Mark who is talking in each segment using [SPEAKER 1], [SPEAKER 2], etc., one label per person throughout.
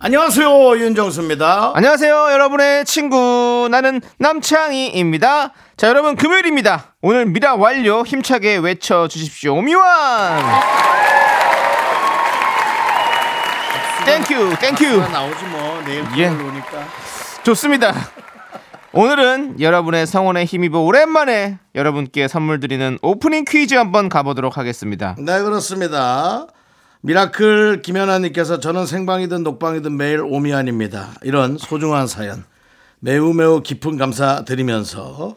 [SPEAKER 1] 안녕하세요 윤정수입니다.
[SPEAKER 2] 안녕하세요, 여러분의 친구. 나는 남창희입니다. 자, 여러분, 금요일입니다. 오늘 미라 완료 힘차게 외쳐주십시오. 오미완! 땡큐, 땡큐.
[SPEAKER 1] 나 나오지 뭐 내일
[SPEAKER 2] 예.
[SPEAKER 1] 토요일 오니까
[SPEAKER 2] 좋습니다. 오늘은 여러분의 성원에 힘입어 오랜만에 여러분께 선물 드리는 오프닝 퀴즈 한번 가보도록 하겠습니다.
[SPEAKER 1] 네 그렇습니다. 미라클 김연아님께서 저는 생방이든 녹방이든 매일 오미안입니다. 이런 소중한 사연 매우 매우 깊은 감사 드리면서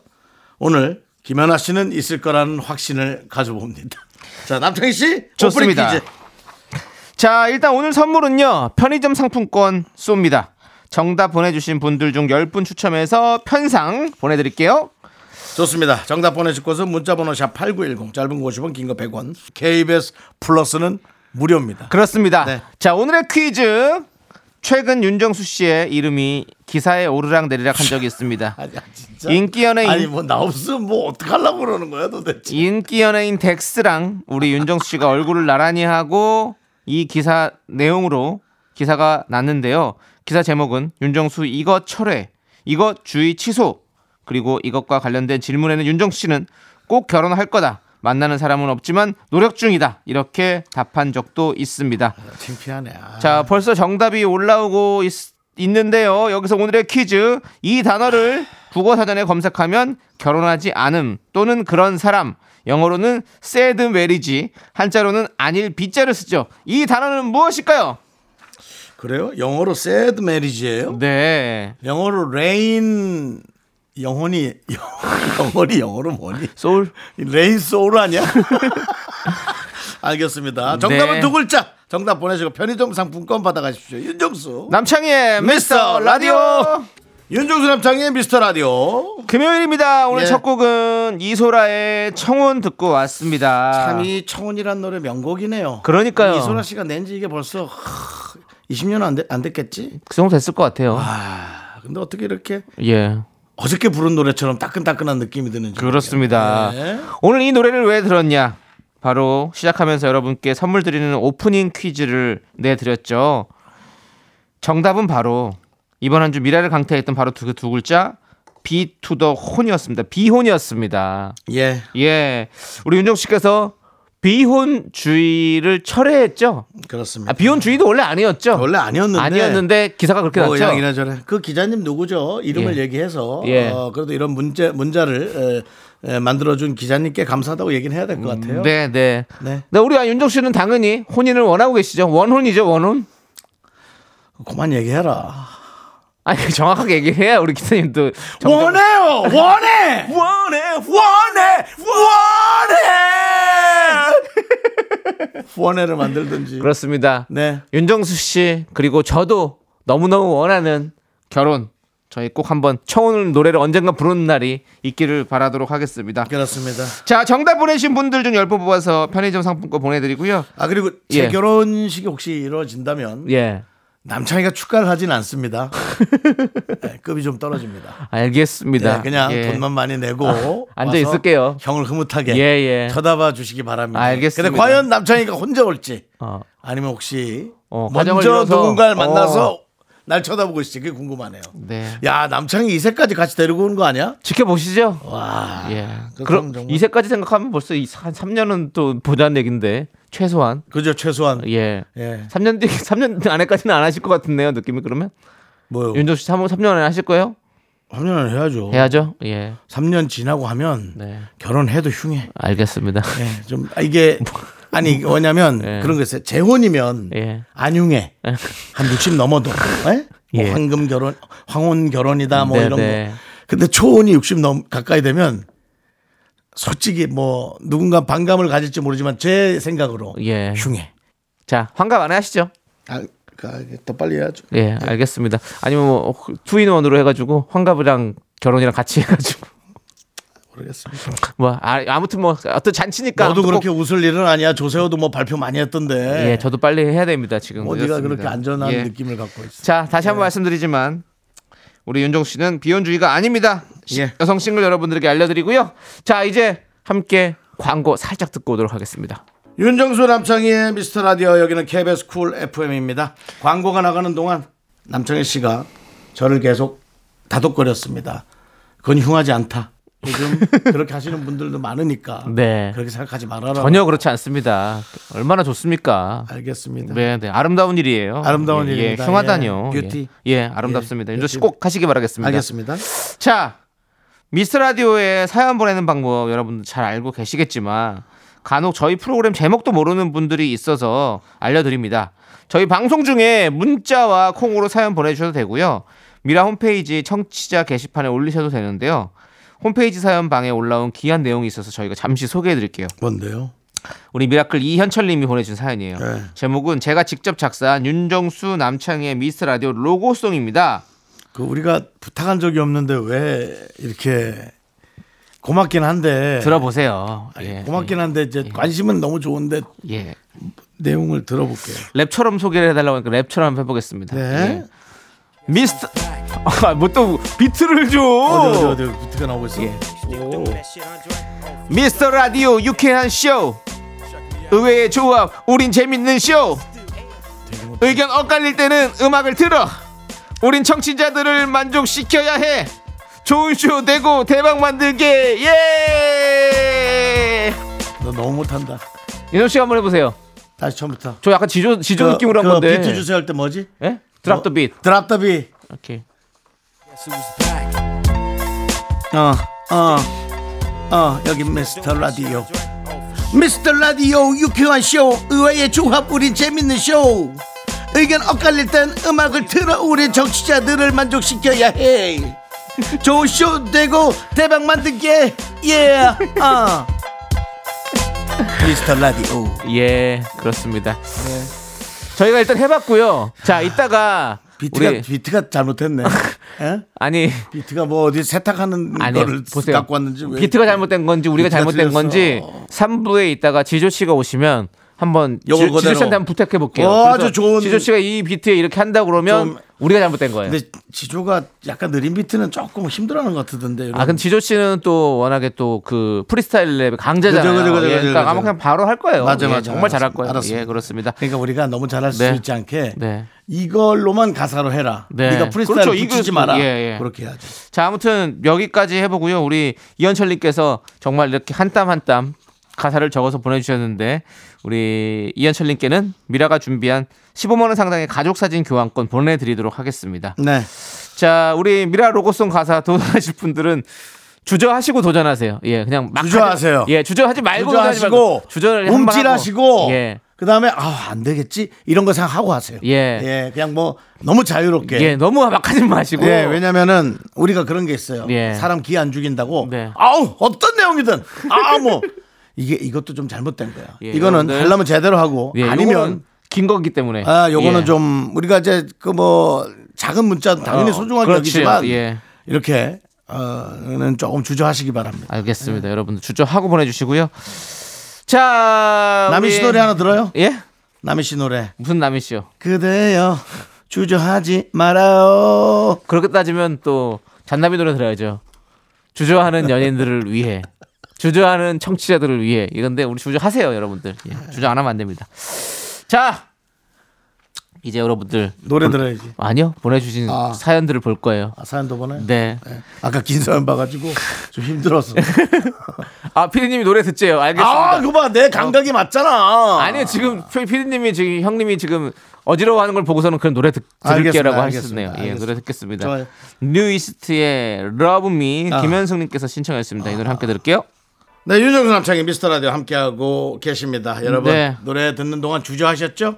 [SPEAKER 1] 오늘 김연아 씨는 있을 거라는 확신을 가져봅니다. 자 남창희 씨
[SPEAKER 2] 좋습니다.
[SPEAKER 1] 오프닝 퀴즈.
[SPEAKER 2] 자, 일단 오늘 선물은요. 편의점 상품권 쏩니다. 정답 보내주신 분들 중 10분 추첨해서 편상 보내드릴게요.
[SPEAKER 1] 좋습니다. 정답 보내실 곳은 문자번호 샵 8910 짧은 거 50원 긴 거 100원 KBS 플러스는 무료입니다.
[SPEAKER 2] 그렇습니다.
[SPEAKER 1] 네.
[SPEAKER 2] 자, 오늘의 퀴즈. 최근 윤정수 씨의 이름이 기사에 오르락 내리락 한 적이 있습니다.
[SPEAKER 1] 아니, 아, 진짜.
[SPEAKER 2] 인기 연예인.
[SPEAKER 1] 아니 뭐 나 없으면 뭐 어떡하려고 그러는 거야 도대체.
[SPEAKER 2] 인기 연예인 덱스랑 우리 윤정수 씨가 얼굴을 나란히 하고 이 기사 내용으로 기사가 났는데요. 기사 제목은 윤정수 이거 철회, 이거 주의 취소. 그리고 이것과 관련된 질문에는 윤정수 씨는 꼭 결혼할 거다. 만나는 사람은 없지만 노력 중이다. 이렇게 답한 적도 있습니다.
[SPEAKER 1] 창피하네. 아,
[SPEAKER 2] 자, 벌써 정답이 올라오고 있, 있는데요. 여기서 오늘의 퀴즈. 이 단어를 국어 사전에 검색하면 결혼하지 않음 또는 그런 사람, 영어로는 sad marriage, 한자로는 아닐 비자를 쓰죠. 이 단어는 무엇일까요?
[SPEAKER 1] 그래요? 영어로 sad marriage예요?
[SPEAKER 2] 네.
[SPEAKER 1] 영어로 rain 영혼이 영혼이 영어로 뭐니?
[SPEAKER 2] 소울.
[SPEAKER 1] 레인 소울 아니야? 알겠습니다. 정답은
[SPEAKER 2] 네.
[SPEAKER 1] 두 글자. 정답 보내시고 편의점 상품권 받아가십시오. 윤정수.
[SPEAKER 2] 남창희의
[SPEAKER 1] 미스터
[SPEAKER 2] 미스터 라디오.
[SPEAKER 1] 윤정수 남창의 미스터 라디오.
[SPEAKER 2] 금요일입니다. 오늘
[SPEAKER 1] 예.
[SPEAKER 2] 첫 곡은 이소라의 청혼 듣고 왔습니다.
[SPEAKER 1] 참 이 청혼이란 노래 명곡이네요.
[SPEAKER 2] 아. 그러니까요.
[SPEAKER 1] 이소라 씨가 낸지 이게 벌써 20년 안, 됐- 안 됐겠지?
[SPEAKER 2] 그 정도 됐을 것 같아요.
[SPEAKER 1] 아, 근데 어떻게 이렇게
[SPEAKER 2] 예.
[SPEAKER 1] 어저께 부른 노래처럼 따끈따끈한 느낌이 드는지.
[SPEAKER 2] 그렇습니다.
[SPEAKER 1] 네.
[SPEAKER 2] 오늘 이 노래를 왜 들었냐? 바로 시작하면서 여러분께 선물 드리는 오프닝 퀴즈를 내드렸죠. 정답은 바로 이번 한 주 미라를 강타했던 바로 두, 두 글자 비투더 혼이었습니다. 비혼이었습니다.
[SPEAKER 1] 예,
[SPEAKER 2] 예, 우리 윤정 씨께서 비혼주의를 철회했죠.
[SPEAKER 1] 그렇습니다.
[SPEAKER 2] 아, 비혼주의도 원래 아니었죠.
[SPEAKER 1] 원래 아니었는데.
[SPEAKER 2] 아니었는데 기사가 그렇게
[SPEAKER 1] 뭐
[SPEAKER 2] 났죠.
[SPEAKER 1] 양이나 저래. 그 기자님 누구죠? 이름을
[SPEAKER 2] 예.
[SPEAKER 1] 얘기해서
[SPEAKER 2] 예.
[SPEAKER 1] 어, 그래도 이런 문제 문자를 에, 에, 만들어준 기자님께 감사하다고 얘기는 해야 될 것 같아요.
[SPEAKER 2] 네, 네.
[SPEAKER 1] 네.
[SPEAKER 2] 네, 우리 윤정 씨는 당연히 혼인을 원하고 계시죠. 원혼이죠, 원혼.
[SPEAKER 1] 그만 얘기해라.
[SPEAKER 2] 아니 정확하게 얘기해야 우리 기사님도 정답-
[SPEAKER 1] 원해요, 원해, 원해, 원해, 원해. 원해를 만들든지.
[SPEAKER 2] 그렇습니다.
[SPEAKER 1] 네.
[SPEAKER 2] 윤정수 씨 그리고 저도 너무너무 원하는 결혼 저희 꼭 한번 청혼 노래를 언젠가 부르는 날이 있기를 바라도록 하겠습니다.
[SPEAKER 1] 그렇습니다.
[SPEAKER 2] 자 정답 보내신 분들 중 10분 뽑아서 편의점 상품권 보내드리고요.
[SPEAKER 1] 아 그리고 제
[SPEAKER 2] 예.
[SPEAKER 1] 결혼식이 혹시 이루어진다면
[SPEAKER 2] 예
[SPEAKER 1] 남창이가 축가를 하진 않습니다. 네, 급이 좀 떨어집니다.
[SPEAKER 2] 알겠습니다.
[SPEAKER 1] 네, 그냥
[SPEAKER 2] 예.
[SPEAKER 1] 돈만 많이 내고 와서
[SPEAKER 2] 앉아 있을게요.
[SPEAKER 1] 형을 흐뭇하게
[SPEAKER 2] 예, 예.
[SPEAKER 1] 쳐다봐 주시기 바랍니다.
[SPEAKER 2] 알겠습니다.
[SPEAKER 1] 근데 과연 남창이가 혼자 올지
[SPEAKER 2] 어,
[SPEAKER 1] 아니면 혹시
[SPEAKER 2] 어, 과정을
[SPEAKER 1] 먼저
[SPEAKER 2] 이뤄서- 어.
[SPEAKER 1] 누군가를 만나서 날 쳐다보고 있을지 그게 궁금하네요.
[SPEAKER 2] 네.
[SPEAKER 1] 야 남창이 이세까지 같이 데리고 오는 거 아니야?
[SPEAKER 2] 지켜보시죠.
[SPEAKER 1] 와.
[SPEAKER 2] 예.
[SPEAKER 1] 그럼
[SPEAKER 2] 그럼
[SPEAKER 1] 정말-
[SPEAKER 2] 이세까지 생각하면 벌써 이- 한 3년은 또 보자는 얘긴데 최소한
[SPEAKER 1] 그죠 최소한
[SPEAKER 2] 예.
[SPEAKER 1] 예.
[SPEAKER 2] 3년 뒤 3년 안에까지는 안 하실 것 같은데요. 느낌이 그러면
[SPEAKER 1] 뭐요?
[SPEAKER 2] 윤종 씨 3, 3년 안에 하실 거예요?
[SPEAKER 1] 하면 해야죠.
[SPEAKER 2] 해야죠. 예.
[SPEAKER 1] 3년 지나고 하면
[SPEAKER 2] 네.
[SPEAKER 1] 결혼해도 흉해.
[SPEAKER 2] 알겠습니다.
[SPEAKER 1] 예, 좀 아, 이게 아니 이게 뭐냐면
[SPEAKER 2] 뭐. 예.
[SPEAKER 1] 그런 거 있어요. 재혼이면
[SPEAKER 2] 예.
[SPEAKER 1] 안흉해. 한 60 넘어도. 예? 뭐
[SPEAKER 2] 예.
[SPEAKER 1] 황금 결혼, 황혼 결혼이다 뭐
[SPEAKER 2] 네,
[SPEAKER 1] 이런
[SPEAKER 2] 네.
[SPEAKER 1] 거. 근데 초혼이 60 넘 가까이 되면 솔직히 뭐 누군가 반감을 가질지 모르지만 제 생각으로
[SPEAKER 2] 예.
[SPEAKER 1] 흉해.
[SPEAKER 2] 자, 환갑 안에 하시죠.
[SPEAKER 1] 아, 그러니까 이게 더 빨리 해야죠.
[SPEAKER 2] 예, 알겠습니다. 아니면 뭐 투인원으로 해가지고 환갑이랑 결혼이랑 같이 해가지고
[SPEAKER 1] 모르겠습니다.
[SPEAKER 2] 뭐 아, 아무튼 뭐 어떤 잔치니까
[SPEAKER 1] 너도
[SPEAKER 2] 아무튼
[SPEAKER 1] 그렇게
[SPEAKER 2] 꼭-
[SPEAKER 1] 웃을 일은 아니야. 조세호도 뭐 발표 많이 했던데.
[SPEAKER 2] 예, 저도 빨리 해야 됩니다 지금.
[SPEAKER 1] 어디가
[SPEAKER 2] 늦었습니다.
[SPEAKER 1] 그렇게 안전한
[SPEAKER 2] 예.
[SPEAKER 1] 느낌을 네. 갖고 있어.
[SPEAKER 2] 자, 다시 한번 말씀드리지만 우리 윤종 씨는 비혼주의가 아닙니다. 시-
[SPEAKER 1] 예.
[SPEAKER 2] 여성 싱글 여러분들에게 알려드리고요. 자, 이제 함께 광고 살짝 듣고 오도록 하겠습니다.
[SPEAKER 1] 윤정수 남창희의 미스터 라디오 여기는 KBS 쿨 FM입니다. 광고가 나가는 동안 남창희 씨가 저를 계속 다독거렸습니다. 그건 흉하지 않다. 요즘 그렇게 하시는 분들도 많으니까
[SPEAKER 2] 네.
[SPEAKER 1] 그렇게 생각하지 말아라.
[SPEAKER 2] 전혀 그렇지 않습니다. 얼마나 좋습니까?
[SPEAKER 1] 알겠습니다.
[SPEAKER 2] 네, 네, 아름다운 일이에요.
[SPEAKER 1] 아름다운
[SPEAKER 2] 예,
[SPEAKER 1] 일입니다.
[SPEAKER 2] 예, 흉하다뇨.
[SPEAKER 1] 예, 뷰티.
[SPEAKER 2] 예, 예, 아름답습니다.
[SPEAKER 1] 예,
[SPEAKER 2] 윤종 씨
[SPEAKER 1] 뷰티.
[SPEAKER 2] 꼭 하시기 바라겠습니다.
[SPEAKER 1] 알겠습니다.
[SPEAKER 2] 자, 미스 라디오에 사연 보내는 방법 여러분들 잘 알고 계시겠지만 간혹 저희 프로그램 제목도 모르는 분들이 있어서 알려드립니다. 저희 방송 중에 문자와 콩으로 사연 보내주셔도 되고요. 미라 홈페이지 청취자 게시판에 올리셔도 되는데요. 홈페이지 사연 방에 올라온 귀한 내용이 있어서 저희가 잠시 소개해드릴게요.
[SPEAKER 1] 뭔데요?
[SPEAKER 2] 우리 미라클 이현철님이 보내준 사연이에요.
[SPEAKER 1] 네.
[SPEAKER 2] 제목은 제가 직접 작사한 윤정수 남창의 미스 라디오 로고송입니다.
[SPEAKER 1] 그 우리가 부탁한 적이 없는데 왜 이렇게 고맙긴 한데
[SPEAKER 2] 들어보세요.
[SPEAKER 1] 네. 아니,
[SPEAKER 2] 예,
[SPEAKER 1] 고맙긴 한데 이제 관심은 너무 좋은데
[SPEAKER 2] 예.
[SPEAKER 1] 내용을 들어볼게요.
[SPEAKER 2] 랩처럼 소개를 해달라고 하니까 랩처럼 한번 해보겠습니다.
[SPEAKER 1] 네.
[SPEAKER 2] 예. 미스터 뭐 또 비트를 줘.
[SPEAKER 1] 어디 어디 어디 부트가 나오고 있어?
[SPEAKER 2] 예.
[SPEAKER 1] 요
[SPEAKER 2] 미스터 라디오 유쾌한 쇼. 의외의 조합, 우린 재밌는 쇼. 의견 엇갈릴 때는 음악을 들어. 우린 청취자들을 만족시켜야 해. 좋은 쇼 되고 대박 만들게. 예.
[SPEAKER 1] 너 너무 못한다.
[SPEAKER 2] 윤호 씨 한번 해보세요.
[SPEAKER 1] 다시 처음부터.
[SPEAKER 2] 저 약간 지조 지조
[SPEAKER 1] 그-
[SPEAKER 2] 느낌으로 한
[SPEAKER 1] 그
[SPEAKER 2] 건데.
[SPEAKER 1] 비트 주세요 어? 할 때 뭐지?
[SPEAKER 2] 예? 드랍 더 빛.
[SPEAKER 1] 드랍 더 비.
[SPEAKER 2] 오케이.
[SPEAKER 1] 어, 어, 어, 여기 미스터 라디오. 미스터 라디오 유쾌한 쇼 의외의 조합 우린 재밌는 쇼 의견 엇갈릴 땐 음악을 틀어 우리 정치자들을 만족시켜야 해 좋은 쇼 되고 대박 만들게 예 어. 미스터 라디오
[SPEAKER 2] 예, 그렇습니다.
[SPEAKER 1] 네.
[SPEAKER 2] 저희가 일단 해봤고요. 자, 이따가
[SPEAKER 1] 비트가
[SPEAKER 2] 우리
[SPEAKER 1] 비트가 잘못했네 예?
[SPEAKER 2] 아니
[SPEAKER 1] 비트가 뭐 어디 세탁하는
[SPEAKER 2] 아니
[SPEAKER 1] 거를
[SPEAKER 2] 보세요.
[SPEAKER 1] 갖고 왔는지 왜
[SPEAKER 2] 비트가 잘못된 건지 우리가
[SPEAKER 1] 비트가
[SPEAKER 2] 잘못된
[SPEAKER 1] 틀렸어.
[SPEAKER 2] 건지 3부에 있다가 지조 씨가 오시면 한번 지-
[SPEAKER 1] 요걸
[SPEAKER 2] 지조
[SPEAKER 1] 그대로.
[SPEAKER 2] 씨한테 한번 부탁해 볼게요.
[SPEAKER 1] 어, 아주 좋은-
[SPEAKER 2] 지조 씨가 이 비트에 이렇게 한다 그러면
[SPEAKER 1] 좀-
[SPEAKER 2] 우리가 잘못된 거예요.
[SPEAKER 1] 근데 지조가 약간 느린 비트는 조금 힘들어하는 것 같던데
[SPEAKER 2] 아, 근데 지조 씨는 또 워낙에 또 그 프리스타일 랩의 강자잖아요.
[SPEAKER 1] 그죠, 그죠, 그죠,
[SPEAKER 2] 예,
[SPEAKER 1] 그죠,
[SPEAKER 2] 그러니까
[SPEAKER 1] 그죠.
[SPEAKER 2] 아마 그냥 바로 할 거예요.
[SPEAKER 1] 맞아,
[SPEAKER 2] 예,
[SPEAKER 1] 맞아.
[SPEAKER 2] 정말 잘할 거예요.
[SPEAKER 1] 알았습니다.
[SPEAKER 2] 예, 그렇습니다.
[SPEAKER 1] 그러니까 우리가 너무 잘할
[SPEAKER 2] 네.
[SPEAKER 1] 수 있지 않게
[SPEAKER 2] 네.
[SPEAKER 1] 이걸로만 가사로 해라.
[SPEAKER 2] 네.
[SPEAKER 1] 네. 가 프리스타일
[SPEAKER 2] 그렇죠.
[SPEAKER 1] 을 붙이지
[SPEAKER 2] 이거-
[SPEAKER 1] 마라.
[SPEAKER 2] 예, 예.
[SPEAKER 1] 그렇게 해야지.
[SPEAKER 2] 자, 아무튼 여기까지 해보고요. 우리 이현철님께서 정말 이렇게 한 땀 한 땀 가사를 적어서 보내주셨는데 우리 이현철님께는 미라가 준비한 15만 원 상당의 가족 사진 교환권 보내드리도록 하겠습니다.
[SPEAKER 1] 네.
[SPEAKER 2] 자, 우리 미라 로고송 가사 도전하실 분들은 주저하시고 도전하세요. 예, 그냥 막
[SPEAKER 1] 주저하세요.
[SPEAKER 2] 하지- 예, 주저하지 말고 도전하지
[SPEAKER 1] 주저하시고
[SPEAKER 2] 말고 주저를 한번 하고.
[SPEAKER 1] 움찔하시고
[SPEAKER 2] 예.
[SPEAKER 1] 그다음에 아 안 되겠지 이런 거 생각하고 하세요.
[SPEAKER 2] 예.
[SPEAKER 1] 그냥 뭐 너무 자유롭게.
[SPEAKER 2] 예,
[SPEAKER 1] 예.
[SPEAKER 2] 너무 막 하지 마시고.
[SPEAKER 1] 왜냐면은 우리가 그런 게 있어요.
[SPEAKER 2] 예.
[SPEAKER 1] 사람 기안 죽인다고.
[SPEAKER 2] 네.
[SPEAKER 1] 아우 어떤 내용이든 아 뭐 이게 이것도 좀 잘못된 거야.
[SPEAKER 2] 예,
[SPEAKER 1] 이거는
[SPEAKER 2] 여러분들.
[SPEAKER 1] 하려면 제대로 하고
[SPEAKER 2] 예,
[SPEAKER 1] 아니면
[SPEAKER 2] 요거는 긴 거기 때문에.
[SPEAKER 1] 아, 요거는
[SPEAKER 2] 예.
[SPEAKER 1] 좀 우리가 이제 그 뭐 작은 문자 당연히
[SPEAKER 2] 어,
[SPEAKER 1] 소중하게
[SPEAKER 2] 그렇죠.
[SPEAKER 1] 여기지만
[SPEAKER 2] 예.
[SPEAKER 1] 이렇게 어는 조금 주저하시기 바랍니다.
[SPEAKER 2] 알겠습니다. 여러분들 주저하고 보내주시고요. 자,
[SPEAKER 1] 남희
[SPEAKER 2] 우리-
[SPEAKER 1] 씨 노래 하나 들어요?
[SPEAKER 2] 예?
[SPEAKER 1] 남희 씨 노래.
[SPEAKER 2] 무슨 남이 씨요?
[SPEAKER 1] 그대여 주저하지 말아요.
[SPEAKER 2] 그렇게 따지면 또 잔남이 노래 들어야죠. 주저하는 연인들을 위해, 주저하는 청취자들을 위해. 이건데 우리 주저하세요, 여러분들. 예, 주저 안 하면 안 됩니다. 자, 이제 여러분들
[SPEAKER 1] 노래 들어야지.
[SPEAKER 2] 아니요 보내주신
[SPEAKER 1] 아.
[SPEAKER 2] 사연들을 볼 거예요.
[SPEAKER 1] 아, 사연도 보네.
[SPEAKER 2] 네.
[SPEAKER 1] 네. 아까 긴 사연 봐가지고 좀 힘들었어.
[SPEAKER 2] 아 피디님이 노래 듣재요. 알겠습니다.
[SPEAKER 1] 아, 그거 봐. 내 감각이 맞잖아.
[SPEAKER 2] 어. 아니요 지금 피- 피디님이 지금 형님이 지금 어지러워하는 걸 보고서는 그런 노래 듣,
[SPEAKER 1] 알겠습니다,
[SPEAKER 2] 들을게라고
[SPEAKER 1] 알겠습니다,
[SPEAKER 2] 하셨네요. 예,
[SPEAKER 1] 알겠습니다.
[SPEAKER 2] 노래 듣겠습니다.
[SPEAKER 1] 좋아요.
[SPEAKER 2] 뉴이스트의 Love Me
[SPEAKER 1] 아.
[SPEAKER 2] 김현숙님께서 신청했습니다. 이 노래 함께 들을게요.
[SPEAKER 1] 네, 윤정수 남창의 미스터 라디오 함께하고 계십니다. 여러분,
[SPEAKER 2] 네.
[SPEAKER 1] 노래 듣는 동안 주저하셨죠?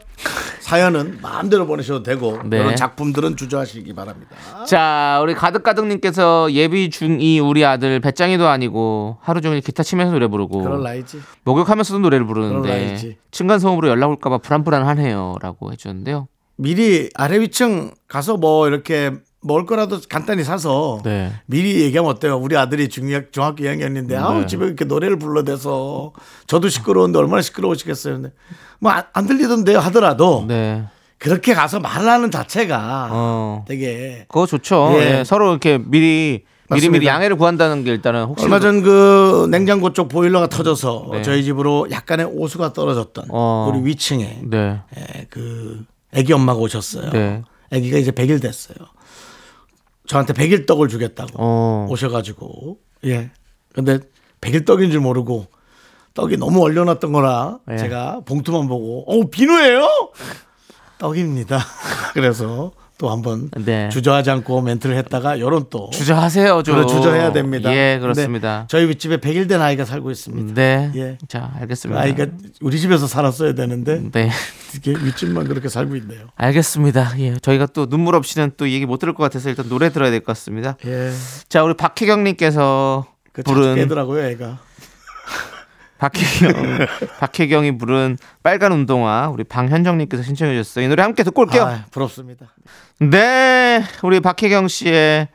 [SPEAKER 1] 사연은 마음대로 보내셔도 되고,
[SPEAKER 2] 네.
[SPEAKER 1] 이런 작품들은 주저하시기 바랍니다.
[SPEAKER 2] 자 우리 가득가득님께서 예비 중이 우리 아들 배짱이도 아니고 하루 종일 기타 치면서 노래 부르고
[SPEAKER 1] 그럴 나이지.
[SPEAKER 2] 목욕하면서도 노래를
[SPEAKER 1] 그럴 나이지.
[SPEAKER 2] 부르는데 층간 소음으로 연락 올까봐 불안불안하네요라고 해주는데요.
[SPEAKER 1] 미리 아래 위층 가서 뭐 이렇게 먹을 거라도 간단히 사서
[SPEAKER 2] 네.
[SPEAKER 1] 미리 얘기하면 어때요? 우리 아들이 중학, 중학교 2학년인데 아우
[SPEAKER 2] 네.
[SPEAKER 1] 집에 이렇게 노래를 불러대서 저도 시끄러운데 얼마나 시끄러우시겠어요. 근데 뭐안 안 들리던데 하더라도
[SPEAKER 2] 네.
[SPEAKER 1] 그렇게 가서 말하는 자체가
[SPEAKER 2] 어.
[SPEAKER 1] 되게
[SPEAKER 2] 그거 좋죠.
[SPEAKER 1] 예.
[SPEAKER 2] 예, 서로 이렇게 미리 미리 미리
[SPEAKER 1] 맞습니다.
[SPEAKER 2] 양해를 구한다는 게 일단은 혹시
[SPEAKER 1] 얼마 전 그 냉장고 쪽 보일러가 터져서
[SPEAKER 2] 네.
[SPEAKER 1] 저희 집으로 약간의 오수가 떨어졌던
[SPEAKER 2] 어.
[SPEAKER 1] 우리 위층에
[SPEAKER 2] 네.
[SPEAKER 1] 예, 그 아기 엄마가 오셨어요.
[SPEAKER 2] 네.
[SPEAKER 1] 아기가 이제 100일 됐어요. 저한테 100일 떡을 주겠다고
[SPEAKER 2] 어.
[SPEAKER 1] 오셔가지고 예. 근데 100일 떡인 줄 모르고 떡이 너무 얼려놨던 거라
[SPEAKER 2] 예.
[SPEAKER 1] 제가 봉투만 보고 어 비누예요? 떡입니다. 그래서 또 한번
[SPEAKER 2] 네.
[SPEAKER 1] 주저하지 않고 멘트를 했다가 요런 또
[SPEAKER 2] 주저하세요, 좀.
[SPEAKER 1] 그래, 주저해야 됩니다.
[SPEAKER 2] 예,
[SPEAKER 1] 근데
[SPEAKER 2] 그렇습니다.
[SPEAKER 1] 저희 윗집에 100일 된 아이가 살고 있습니다.
[SPEAKER 2] 네.
[SPEAKER 1] 예.
[SPEAKER 2] 자, 알겠습니다.
[SPEAKER 1] 아이가 우리 집에서 살았어야 되는데
[SPEAKER 2] 네.
[SPEAKER 1] 이게 윗집만 그렇게 살고 있네요.
[SPEAKER 2] 알겠습니다. 예. 저희가 또 눈물 없이는 또 얘기 못 들을 것 같아서 일단 노래 들어야 될 것 같습니다.
[SPEAKER 1] 예.
[SPEAKER 2] 자, 우리 박혜경 님께서
[SPEAKER 1] 그 자주
[SPEAKER 2] 부른
[SPEAKER 1] 깨더라고요, 애가.
[SPEAKER 2] 박혜경 박혜경이 부른 빨간 운동화 우리 방현정 님께서 신청해 주셨어요. 이 노래 함께 듣고 올게요.
[SPEAKER 1] 아, 부럽습니다.
[SPEAKER 2] 네, 우리 박혜경 씨의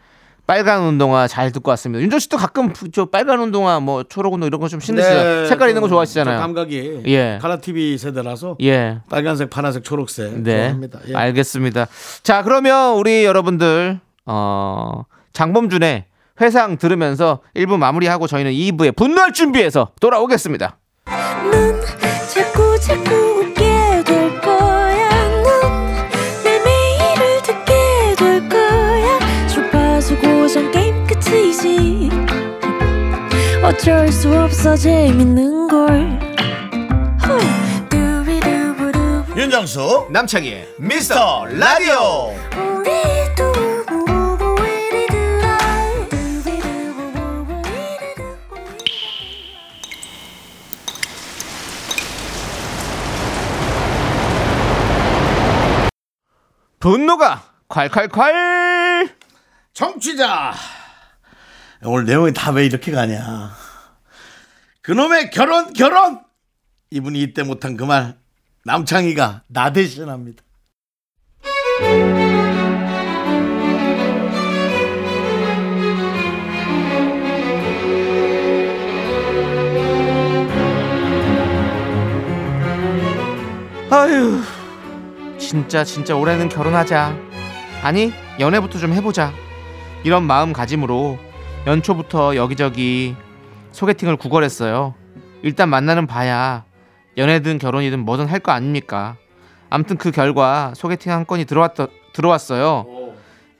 [SPEAKER 2] 빨간 운동화 잘 듣고 왔습니다. 윤정 씨도 가끔 부- 저 빨간 운동화, 뭐 초록 운동 이런 거 좀 신으시죠. 색깔 있는 거
[SPEAKER 1] 네, 좀
[SPEAKER 2] 좋아하시잖아요.
[SPEAKER 1] 저 감각이
[SPEAKER 2] 예.
[SPEAKER 1] 카라 TV 세대라서
[SPEAKER 2] 예.
[SPEAKER 1] 빨간색, 파란색, 초록색
[SPEAKER 2] 네.
[SPEAKER 1] 좋아합니다. 예.
[SPEAKER 2] 알겠습니다. 자, 그러면 우리 여러분들 어 장범준의 회상 들으면서 1부 마무리하고 저희는 2부에 분노할 준비해서 돌아오겠습니다.
[SPEAKER 3] 넌 자꾸 자꾸 웃게 될 거야. 넌내 매일을 듣게 될 거야. 주파수 고정 게임 끝이지. 어쩔 수 없어 재밌는 걸. 후. 두비두부두부.
[SPEAKER 4] 윤정수
[SPEAKER 2] 남창희의
[SPEAKER 4] 미스터 라디오
[SPEAKER 3] 우리 두부부부 우리들아. 두비두부부부 우리들아.
[SPEAKER 2] 분노가 콸콸콸!
[SPEAKER 1] 정취자 오늘 내용이 다 왜 이렇게 가냐 그놈의 결혼 결혼 이분이 이때 못한 그 말 남창희가 나 대신합니다
[SPEAKER 2] 아휴 진짜 진짜 올해는 결혼하자 아니 연애부터 좀 해보자 이런 마음가짐으로 연초부터 여기저기 소개팅을 구걸했어요 일단 만나는 봐야 연애든 결혼이든 뭐든 할 거 아닙니까 암튼 그 결과 소개팅 한 건이 들어왔, 들어왔어요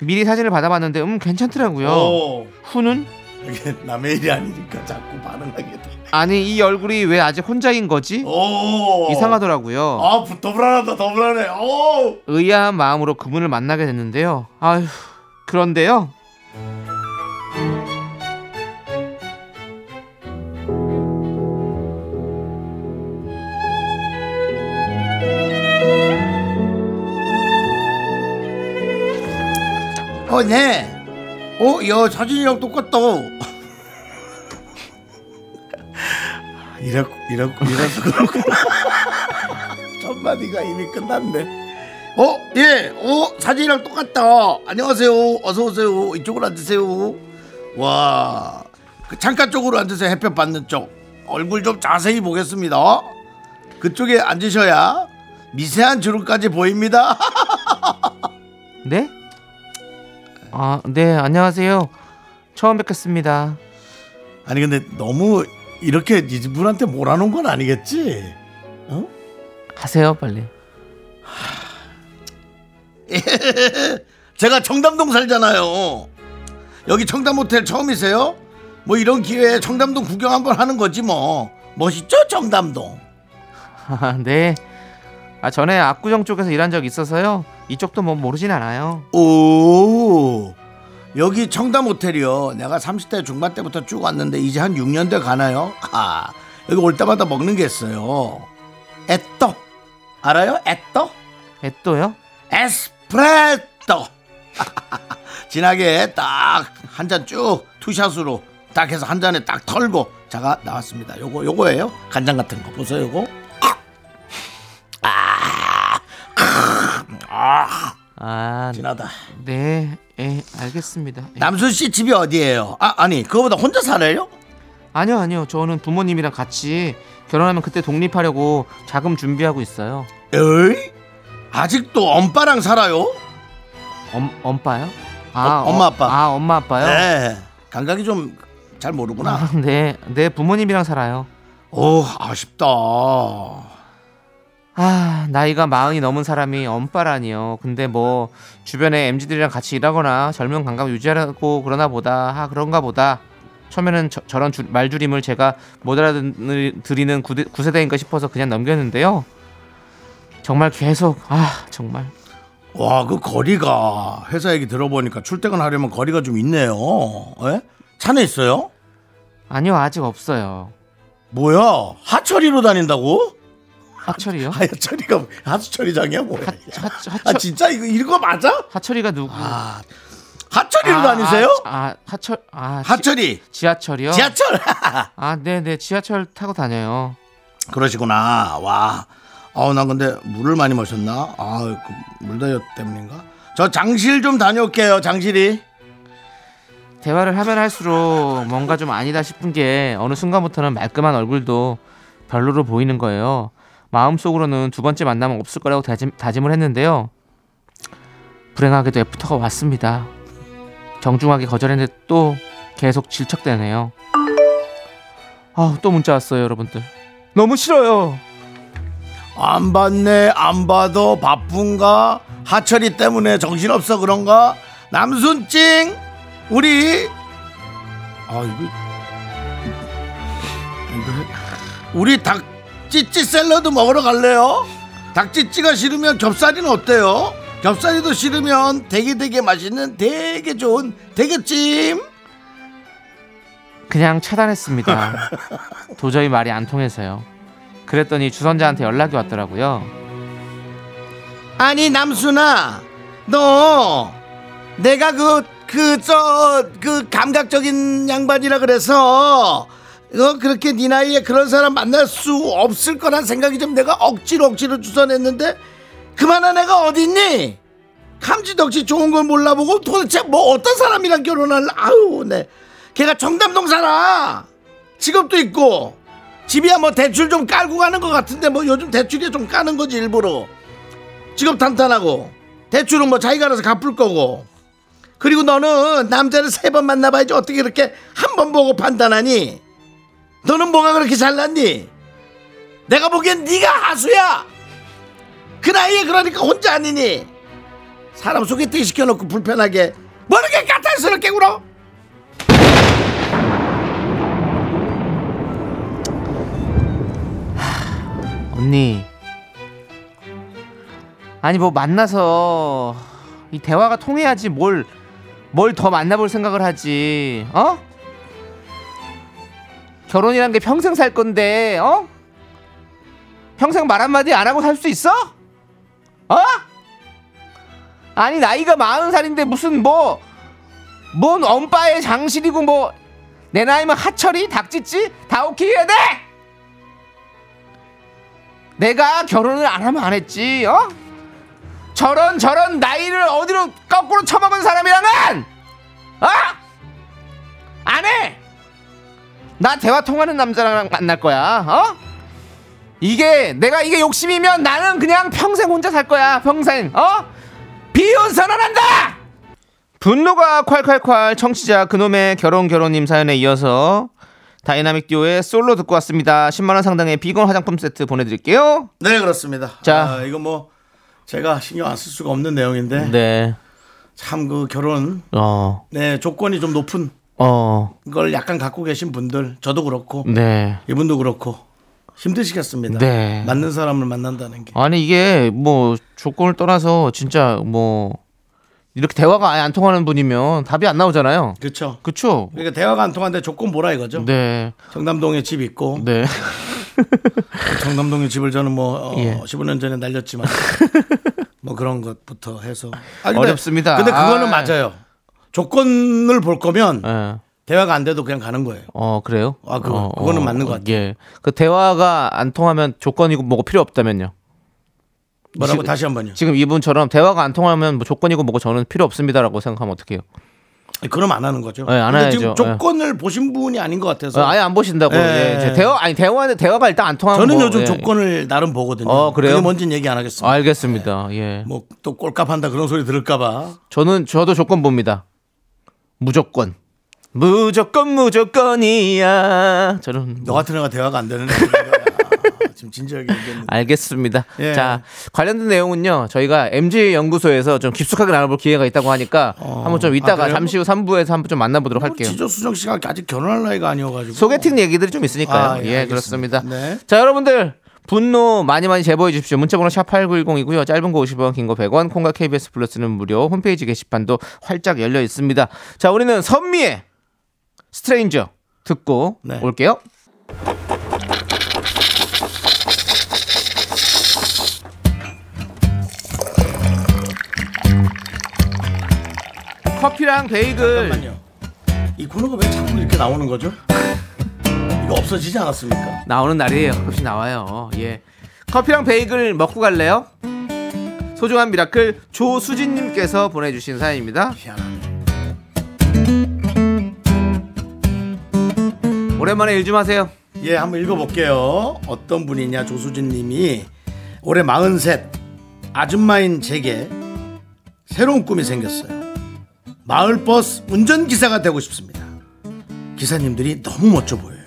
[SPEAKER 2] 미리 사진을 받아봤는데 음 괜찮더라고요 어. 후는
[SPEAKER 1] 어. 이게 남의 일이 아니니까 자꾸 반응하게 돼
[SPEAKER 2] 아니 이 얼굴이 왜 아직 혼자인 거지
[SPEAKER 1] 오.
[SPEAKER 2] 이상하더라고요
[SPEAKER 1] 어. 아더 불안하다 어. 더 불안해 오.
[SPEAKER 2] 의아한 마음으로 그분을 만나게 됐는데요. 아휴, 그런데요.
[SPEAKER 1] 어, 네. 어, 야, 사진이랑 똑같다. 이래, 이래, 이래서 그렇구나. 첫 마디가 이미 끝났네. 어, 예, 어, 사진이랑 똑같다. 안녕하세요. 어서 오세요. 이쪽으로 앉으세요. 와, 그 창가 쪽으로 앉으세요. 햇볕 받는 쪽. 얼굴 좀 자세히 보겠습니다. 그쪽에 앉으셔야 미세한 주름까지 보입니다.
[SPEAKER 2] 네? 아, 네, 안녕하세요. 처음 뵙겠습니다.
[SPEAKER 1] 아니 근데 너무 이렇게 이분한테 몰아놓은 건 아니겠지?
[SPEAKER 2] 가세요, 빨리.
[SPEAKER 1] 제가 청담동 살잖아요. 여기 청담 호텔 처음이세요? 뭐 이런 기회에 청담동 구경 한번 하는 거지 뭐. 멋있죠 청담동.
[SPEAKER 2] 아, 네. 아, 전에 압구정 쪽에서 일한 적 있어서요. 이쪽도 뭐 모르진 않아요.
[SPEAKER 1] 오 여기 청담 호텔이요. 내가 30대 중반 때부터 쭉 왔는데 이제 한 6년 돼 가나요? 아 여기 올 때마다 먹는 게 있어요. 에떠 알아요? 에떠?
[SPEAKER 2] 에또요?
[SPEAKER 1] 에스프레소 진하게 딱 한 잔 쭉 투샷으로 딱 해서 한 잔에 딱 털고 자가 나왔습니다. 요거 요거예요. 간장 같은 거 보세요. 요거. 아. 아. 아.
[SPEAKER 2] 아,
[SPEAKER 1] 진하다.
[SPEAKER 2] 네, 예, 알겠습니다. 예.
[SPEAKER 1] 남순 씨 집이 어디예요? 아 아니 그거보다 혼자 살아요?
[SPEAKER 2] 아니요, 아니요. 저는 부모님이랑 같이 결혼하면 그때 독립하려고 자금 준비하고 있어요.
[SPEAKER 1] 에이 아직도 엄빠랑 살아요?
[SPEAKER 2] 엄, 엄빠요? 아,
[SPEAKER 1] 어, 엄마, 아빠.
[SPEAKER 2] 아, 엄마 아빠요?
[SPEAKER 1] 네 감각이 좀 잘 모르구나. 어,
[SPEAKER 2] 아, 네, 네 부모님이랑 살아요.
[SPEAKER 1] 오 아쉽다.
[SPEAKER 2] 아 나이가 마흔이 넘은 사람이 엄빠라니요 근데 뭐 주변에 MZ들이랑 같이 일하거나 젊은 감각 유지하라고 그러나 보다 아 그런가 보다 처음에는 저, 런 말줄임을 제가 못 알아들이는 구대, 구세대인가 싶어서 그냥 넘겼는데요 정말 계속 아 정말
[SPEAKER 1] 와, 그 거리가 회사 얘기 들어보니까 출퇴근하려면 거리가 좀 있네요. 예? 차내 있어요?
[SPEAKER 2] 아니요 아직 없어요
[SPEAKER 1] 뭐야? 하철이로 다닌다고? 아,
[SPEAKER 2] 하철이요?
[SPEAKER 1] 하철이가 하수철이장이야 뭐야?
[SPEAKER 2] 하- 하-
[SPEAKER 1] 아
[SPEAKER 2] 하철-
[SPEAKER 1] 진짜 이거 이거 맞아?
[SPEAKER 2] 하철이가 누구? 아,
[SPEAKER 1] 아 하철이로 다니세요?
[SPEAKER 2] 아, 아, 하철 아 지,
[SPEAKER 1] 하철이
[SPEAKER 2] 지하철이요?
[SPEAKER 1] 지하철.
[SPEAKER 2] 아 네네 지하철 타고 다녀요
[SPEAKER 1] 그러시구나. 와, 아우 난 근데 물을 많이 마셨나? 그 아물 다이어트 때문인가? 저 장실 좀 다녀올게요. 장실이.
[SPEAKER 2] 대화를 하면 할수록 뭔가 좀 아니다 싶은 게 어느 순간부터는 말끔한 얼굴도 별로로 보이는 거예요. 마음속으로는 두 번째 만남은 없을 거라고 다짐, 다짐을 했는데요. 불행하게도 애프터가 왔습니다. 정중하게 거절했는데 또 계속 질척대네요. 아, 또 문자 왔어요, 여러분들. 너무 싫어요.
[SPEAKER 1] 안 봤네 안 봐도 바쁜가 하철이 때문에 정신없어 그런가 남순찡 우리 아 이거 이거 우리 닭찌찌 샐러드 먹으러 갈래요 닭찌찌가 싫으면 겹살이는 어때요 겹살이도 싫으면 되게 되게 맛있는 되게 좋은 대게찜
[SPEAKER 2] 그냥 차단했습니다. 도저히 말이 안 통해서요. 그랬더니 주선자한테 연락이 왔더라고요.
[SPEAKER 1] 아니 남순아 너 내가 그 그 저 그 감각적인 양반이라 그래서 어 그렇게 네 나이에 그런 사람 만날 수 없을 거란 생각이 좀 내가 억지로 억지로 주선했는데 그만한 애가 어딨니? 감지덕지 좋은 걸 몰라보고 도대체 뭐 어떤 사람이랑 결혼할 아우 네 걔가 정담동 살아 직업도 있고 집이야 뭐 대출 좀 깔고 가는 것 같은데 뭐 요즘 대출이 좀 까는 거지 일부러 직업 탄탄하고 대출은 뭐 자기가 알아서 갚을 거고 그리고 너는 남자를 세 번 만나봐야지 어떻게 그렇게 한 번 보고 판단하니 너는 뭐가 그렇게 잘났니 내가 보기엔 네가 하수야 그 나이에 그러니까 혼자 아니니 사람 소개팅 시켜놓고 불편하게 뭐 이렇게 까탈스럽게 굴어
[SPEAKER 2] 언니. 아니 뭐 만나서 이 대화가 통해야지 뭘 뭘 더 만나볼 생각을 하지. 어? 결혼이란 게 평생 살 건데, 어? 평생 말 한마디 안 하고 살 수 있어? 어? 아니 나이가 마흔 살인데 무슨 뭐 뭔 엄빠의 장실이고 뭐 내 나이면 하철이 닭짓지 다 오케이 해야 돼. 내가 결혼을 안 하면 안 했지, 어? 저런 저런 나이를 어디로 거꾸로 처먹은 사람이랑은, 어? 안 해. 나 대화 통하는 남자랑 만날 거야, 어? 이게 내가 이게 욕심이면 나는 그냥 평생 혼자 살 거야, 평생, 어? 비혼 선언한다. 분노가 콸콸콸 청취자 그놈의 결혼 결혼님 사연에 이어서 다이나믹 듀오의 솔로 듣고 왔습니다. 10만 원 상당의 비건 화장품 세트 보내드릴게요.
[SPEAKER 1] 네 그렇습니다
[SPEAKER 2] 자. 아,
[SPEAKER 1] 이거 뭐 제가 신경 안 쓸 수가 없는 내용인데
[SPEAKER 2] 네.
[SPEAKER 1] 참 그 결혼
[SPEAKER 2] 어.
[SPEAKER 1] 네 조건이 좀 높은
[SPEAKER 2] 어.
[SPEAKER 1] 걸 약간 갖고 계신 분들 저도 그렇고
[SPEAKER 2] 네.
[SPEAKER 1] 이분도 그렇고 힘드시겠습니다.
[SPEAKER 2] 네.
[SPEAKER 1] 맞는 사람을 만난다는 게.
[SPEAKER 2] 아니 이게 뭐 조건을 떠나서 진짜 뭐 이렇게 대화가 아예 안 통하는 분이면 답이 안 나오잖아요.
[SPEAKER 1] 그렇죠.
[SPEAKER 2] 그쵸?
[SPEAKER 1] 그러니까 대화가 안 통하는데 조건 뭐라 이거죠.
[SPEAKER 2] 네.
[SPEAKER 1] 정남동에 집 있고
[SPEAKER 2] 네.
[SPEAKER 1] 정남동에 집을 저는 뭐 어,
[SPEAKER 2] 예.
[SPEAKER 1] 15년 전에 날렸지만 뭐 그런 것부터 해서 아,
[SPEAKER 2] 어렵습니다.
[SPEAKER 1] 근데 그거는
[SPEAKER 2] 아.
[SPEAKER 1] 맞아요. 조건을 볼 거면
[SPEAKER 2] 예.
[SPEAKER 1] 대화가 안 돼도 그냥 가는 거예요.
[SPEAKER 2] 어 그래요?
[SPEAKER 1] 아, 그거- 그거는 맞는 것 같아요.
[SPEAKER 2] 예. 그 대화가 안 통하면 조건이고 뭐고 필요 없다면요.
[SPEAKER 1] 뭐라고
[SPEAKER 2] 지-
[SPEAKER 1] 다시 한 번요.
[SPEAKER 2] 지금 이분처럼 대화가 안 통하면 뭐 조건이고 뭐고 저는 필요 없습니다라고 생각하면 어떡해요?
[SPEAKER 1] 그럼 안 하는 거죠.
[SPEAKER 2] 네, 안
[SPEAKER 1] 근데
[SPEAKER 2] 해야죠.
[SPEAKER 1] 지금 조건을 보신 분이 아닌 것 같아서
[SPEAKER 2] 어, 아예 안 보신다고.
[SPEAKER 1] 예.
[SPEAKER 2] 예. 제 대화 아니 대화는 대화가 일단 안 통하면
[SPEAKER 1] 저는
[SPEAKER 2] 뭐,
[SPEAKER 1] 요즘
[SPEAKER 2] 예.
[SPEAKER 1] 조건을 나름 보거든요.
[SPEAKER 2] 어, 그래요? 아.
[SPEAKER 1] 그게 뭔지는 얘기 안 하겠습니다.
[SPEAKER 2] 알겠습니다. 예.
[SPEAKER 1] 뭐 또 꼴값 한다 그런 소리 들을까봐.
[SPEAKER 2] 저는 저도 조건 봅니다. 무조건. 무조건 무조건이야. 저는
[SPEAKER 1] 너 같은 애가 대화가 안 되는 애가 지금 진지하게 얘기했는데.
[SPEAKER 2] 알겠습니다.
[SPEAKER 1] 예.
[SPEAKER 2] 자, 관련된 내용은요. 저희가 MG 연구소에서 좀 깊숙하게 나눠볼 기회가 있다고 하니까 한번 좀
[SPEAKER 1] 아,
[SPEAKER 2] 이따가
[SPEAKER 1] 그래요? 뭐
[SPEAKER 2] 잠시 후 3부에서 한번 좀 만나보도록 아, 할게요.
[SPEAKER 1] 지조 수정 씨가 아직 결혼할 나이가 아니어가지고
[SPEAKER 2] 소개팅 얘기들이 좀 있으니까요.
[SPEAKER 1] 아, 예,
[SPEAKER 2] 예,
[SPEAKER 1] 알겠습니다.
[SPEAKER 2] 그렇습니다.
[SPEAKER 1] 네.
[SPEAKER 2] 자, 여러분들 분노 많이 많이 제보해 주십시오. 문자번호 샵 #8910이고요. 짧은 거 50원, 긴 거 100원. 콩과 KBS 플러스는 무료. 홈페이지 게시판도 활짝 열려 있습니다. 자, 우리는 선미의 스트레인저 듣고
[SPEAKER 1] 네.
[SPEAKER 2] 올게요. 커피랑 베이글
[SPEAKER 1] 잠깐만요. 이 코너가 왜 자꾸 이렇게 나오는 거죠? 이거 없어지지 않았습니까?
[SPEAKER 2] 나오는 날이에요. 가끔씩 나와요. 예. 커피랑 베이글 먹고 갈래요? 소중한 미라클 조수진님께서 보내주신 사연입니다. 오랜만에 일 좀 하세요.
[SPEAKER 1] 예, 한번 읽어볼게요. 어떤 분이냐 조수진님이 올해 43 아줌마인 제게 새로운 꿈이 생겼어요. 마을버스 운전기사가 되고 싶습니다. 기사님들이 너무 멋져 보여요.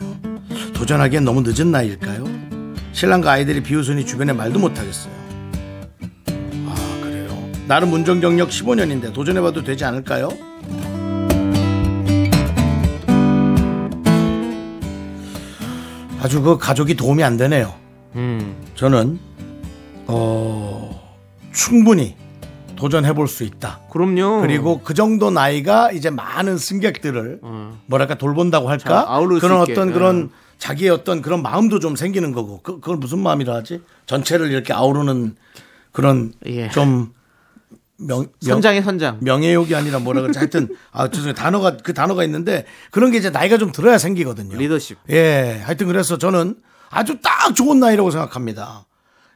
[SPEAKER 1] 도전하기엔 너무 늦은 나이일까요? 신랑과 아이들이 비웃으니 주변에 말도 못하겠어요. 아 그래요? 나름 운전 경력 15년인데 도전해봐도 되지 않을까요? 아주 그 가족이 도움이 안 되네요.
[SPEAKER 2] 음,
[SPEAKER 1] 저는 어 충분히 도전해 볼 수 있다.
[SPEAKER 2] 그럼요.
[SPEAKER 1] 그리고 그 정도 나이가 이제 많은 승객들을 뭐랄까 돌본다고 할까
[SPEAKER 2] 음. 자, 아우를 수
[SPEAKER 1] 그런
[SPEAKER 2] 있게.
[SPEAKER 1] 어떤
[SPEAKER 2] 예.
[SPEAKER 1] 그런 자기의 어떤 그런 마음도 좀 생기는 거고 그, 그걸 무슨 마음이라 하지 전체를 이렇게 아우르는 그런
[SPEAKER 2] 예.
[SPEAKER 1] 좀 명, 명,
[SPEAKER 2] 선장의 선장.
[SPEAKER 1] 명예욕이 아니라 뭐라 그러지 하여튼 아 죄송해요 단어가 그 단어가 있는데 그런 게 이제 나이가 좀 들어야 생기거든요
[SPEAKER 2] 리더십.
[SPEAKER 1] 예 하여튼 그래서 저는 아주 딱 좋은 나이라고 생각합니다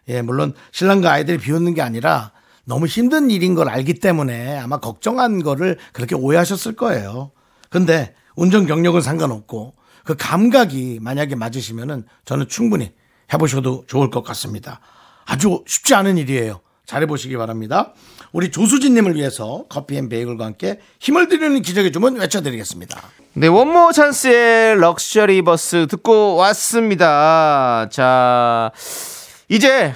[SPEAKER 1] 예 물론 신랑과 아이들이 비웃는 게 아니라 너무 힘든 일인 걸 알기 때문에 아마 걱정한 거를 그렇게 오해하셨을 거예요 근데 운전 경력은 상관없고 그 감각이 만약에 맞으시면은 저는 충분히 해보셔도 좋을 것 같습니다 아주 쉽지 않은 일이에요. 잘해보시기 바랍니다. 우리 조수진님을 위해서 커피앤 베이글과 함께 힘을 드리는 기적의 주문 외쳐드리겠습니다.
[SPEAKER 2] 네, 원모 찬스의 럭셔리 버스 듣고 왔습니다. 자, 이제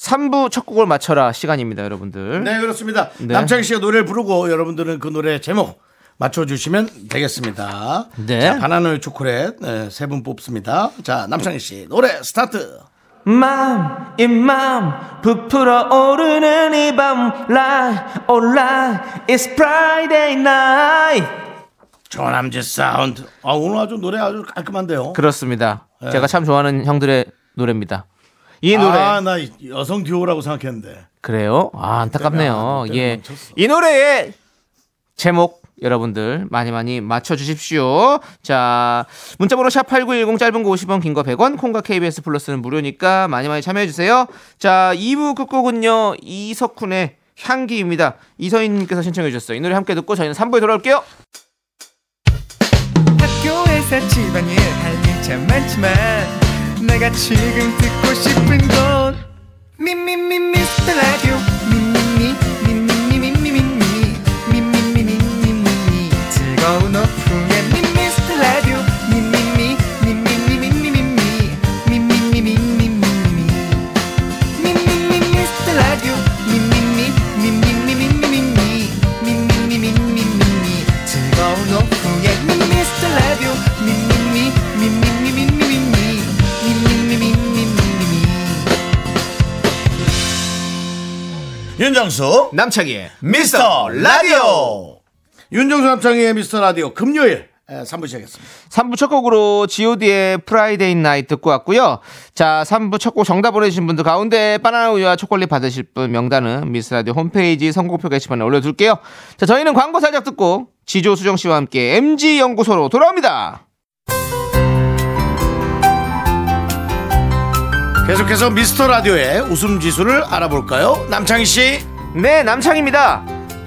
[SPEAKER 2] 3부 첫 곡을 맞춰라 시간입니다, 여러분들.
[SPEAKER 1] 네, 그렇습니다.
[SPEAKER 2] 네.
[SPEAKER 1] 남창희 씨가 노래를 부르고 여러분들은 그 노래 제목 맞춰주시면 되겠습니다.
[SPEAKER 2] 네.
[SPEAKER 1] 자, 바나나의 초콜릿 네, 세 분 뽑습니다. 자, 남창희 씨 노래 스타트.
[SPEAKER 2] 맘, 입맘, 부풀어 오르는 이 밤, 라이, 올라, it's Friday night.
[SPEAKER 1] 조남지 사운드. 아, 오늘 아주 노래 아주 깔끔한데요.
[SPEAKER 2] 그렇습니다. 제가 참 좋아하는 형들의 노래입니다. 이 노래.
[SPEAKER 1] 아, 나 이- 여성 듀오라고 생각했는데.
[SPEAKER 2] 그래요? 아, 안타깝네요.
[SPEAKER 1] 때문에 안-
[SPEAKER 2] 예.
[SPEAKER 1] 멈췄어.
[SPEAKER 2] 이 노래의 제목 여러분들 많이 많이 맞춰 주십시오. 자, 문자 번호 샵8910 짧은 거 50원, 긴 거 100원. 콩과 KBS 플러스는 무료니까 많이 많이 참여해 주세요. 자, 2부 끝곡은요. 이석훈의 향기입니다. 이서인 님께서 신청해 주셨어요. 이 노래 함께 듣고 저희는 3부에 돌아올게요.
[SPEAKER 5] 학교에서 집안일 할 일 참 많지만 내가 지금 듣고 싶은 건 미미미 미스터 라디오 미미미 미미미미미미 미미미미미미 즐거운 오후에 미스터 라디오 미미미 미미미미미미 미미미미미미미 미미미 미스터 라디오 미미미 미미미미미미 미미미미미미 즐거운 오후에 미스터 라디오 미미미 미미미미미미 미미미미미미미
[SPEAKER 4] 윤정수
[SPEAKER 2] 남창희의
[SPEAKER 4] 미스터 라디오
[SPEAKER 1] 윤정수 남창희의 미스터 라디오 금요일 예, 3부 시작했습니다.
[SPEAKER 2] 3부 첫 곡으로 god의 프라이데이 나이트 듣고 왔고요. 자, 3부 첫 곡 정답 보내주신 분들 가운데 바나나 우유와 초콜릿 받으실 분 명단은 미스라디오 홈페이지 선곡표 게시판에 올려둘게요. 자, 저희는 광고 살짝 듣고 지조 수정 씨와 함께 MG 연구소로 돌아옵니다.
[SPEAKER 1] 계속해서 미스터 라디오의 웃음 지수를 알아볼까요? 남창희 씨.
[SPEAKER 2] 네, 남창입니다.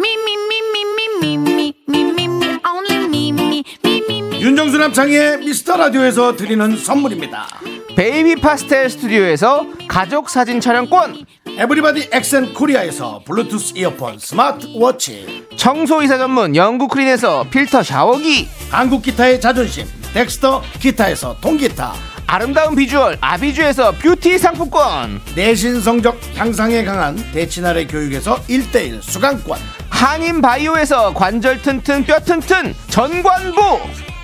[SPEAKER 3] Me, me, me, me, me, me, me, me, me, me, only me, me, me, me, me.
[SPEAKER 1] 윤정수 남창희의 미스터 라디오에서 드리는 선물입니다.
[SPEAKER 2] 베이비 파스텔 스튜디오에서 가족 사진 촬영권.
[SPEAKER 1] 에브리바디 엑센 코리아에서 블루투스 이어폰, 스마트워치,
[SPEAKER 2] 청소 이사 전문 영국 크린에서 필터 샤워기.
[SPEAKER 1] 한국 기타의 자존심, 덱스터 기타에서 통기타,
[SPEAKER 2] 아름다운 비주얼 아비주에서 뷰티 상품권.
[SPEAKER 1] 내신 성적 향상에 강한 대치나래 교육에서 일대일 수강권,
[SPEAKER 2] 한인 바이오에서 관절 튼튼 뼈 튼튼 전관부.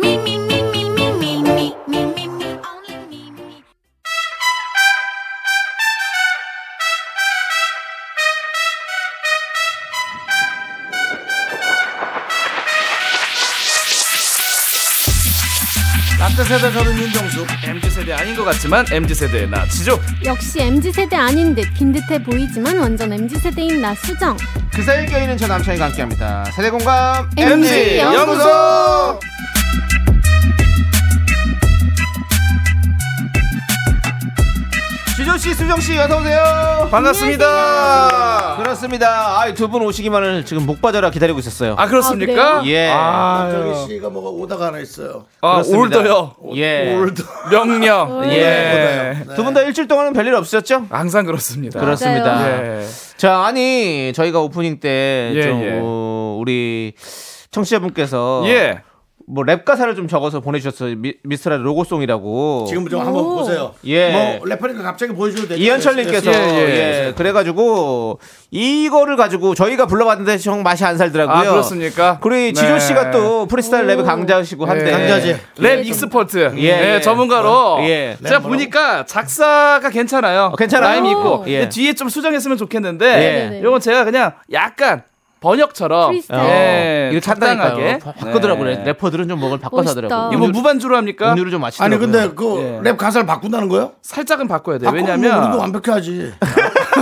[SPEAKER 3] Me, me, me, me, me, me, me, me, me, me, only me, me.
[SPEAKER 1] 라떼 세대 저는 윤정수.
[SPEAKER 6] MZ세대 아닌 것 같지만 MZ세대의 나 지조
[SPEAKER 7] 역시 MZ세대 아닌 듯 빈듯해 보이지만 완전 MZ세대인 나 수정
[SPEAKER 2] 그 사이 껴있는 저 남창희가 함께합니다 세대공감
[SPEAKER 7] MG
[SPEAKER 2] 연구소 지조씨 수정씨 어서오세요
[SPEAKER 6] 반갑습니다.
[SPEAKER 2] 그렇습니다 아두 분 오시기만을 지금 목 빠져라 기다리고 있었어요
[SPEAKER 6] 아
[SPEAKER 7] 아,
[SPEAKER 6] 그렇습니까?
[SPEAKER 7] 그래요?
[SPEAKER 2] 예.
[SPEAKER 8] 아, 네.
[SPEAKER 6] 어.
[SPEAKER 1] 저기 씨가 뭐가 오다가 하나 있어요.
[SPEAKER 6] 아
[SPEAKER 2] 그렇습니다.
[SPEAKER 6] 올더요.
[SPEAKER 2] 예.
[SPEAKER 6] 명령. 예.
[SPEAKER 1] 네.
[SPEAKER 2] 두 분 다 일주일 동안은 별일 없으셨죠?
[SPEAKER 6] 항상 그렇습니다.
[SPEAKER 2] 그렇습니다.
[SPEAKER 6] 아, 예.
[SPEAKER 2] 자, 아니, 저희가 오프닝 때,
[SPEAKER 6] 예,
[SPEAKER 2] 좀,
[SPEAKER 6] 예.
[SPEAKER 2] 어, 우리 청취자분께서,
[SPEAKER 6] 예.
[SPEAKER 2] 뭐, 랩 가사를 좀 적어서 보내주셨어요. 미, 미스라 로고송이라고.
[SPEAKER 1] 지금 좀 한번 보세요.
[SPEAKER 2] 예.
[SPEAKER 1] 뭐 래퍼니까 갑자기 보여줘도 되죠.
[SPEAKER 2] 이현철님께서,
[SPEAKER 6] 예, 예,
[SPEAKER 2] 예, 그래가지고, 이거를 가지고 저희가 불러봤는데 정 맛이 안 살더라고요.
[SPEAKER 6] 아 그렇습니까?
[SPEAKER 2] 우리 지조씨가
[SPEAKER 6] 네.
[SPEAKER 2] 또 프리스타일 랩 강자시고 한데.
[SPEAKER 6] 예.
[SPEAKER 1] 강자지.
[SPEAKER 6] 랩 익스퍼트.
[SPEAKER 2] 예,
[SPEAKER 6] 예,
[SPEAKER 2] 예.
[SPEAKER 6] 전문가로.
[SPEAKER 2] 예. 어,
[SPEAKER 6] 제가 보니까 작사가 괜찮아요.
[SPEAKER 2] 괜찮아요?
[SPEAKER 6] 라임이 있고.
[SPEAKER 2] 예.
[SPEAKER 6] 근데 뒤에 좀 수정했으면
[SPEAKER 2] 네,
[SPEAKER 6] 좋겠는데.
[SPEAKER 7] 네, 네.
[SPEAKER 6] 요건 제가 그냥 약간 번역처럼
[SPEAKER 3] 네.
[SPEAKER 7] 프리스타일.
[SPEAKER 2] 어,
[SPEAKER 6] 예,
[SPEAKER 2] 이렇게
[SPEAKER 6] 적당하게.
[SPEAKER 2] 한다니까요. 바꾸더라고요.
[SPEAKER 6] 네.
[SPEAKER 2] 래퍼들은 좀 먹을 바꿔서
[SPEAKER 7] 멋있다.
[SPEAKER 2] 하더라고요.
[SPEAKER 6] 이거 뭐 무반주로 합니까?
[SPEAKER 2] 음료를 좀 마시더라고요.
[SPEAKER 1] 아니 근데 그
[SPEAKER 6] 예.
[SPEAKER 1] 랩 가사를 바꾼다는 거요?
[SPEAKER 6] 살짝은 바꿔야 돼.
[SPEAKER 1] 바꾸면 우리도
[SPEAKER 6] 왜냐면
[SPEAKER 1] 완벽해야지.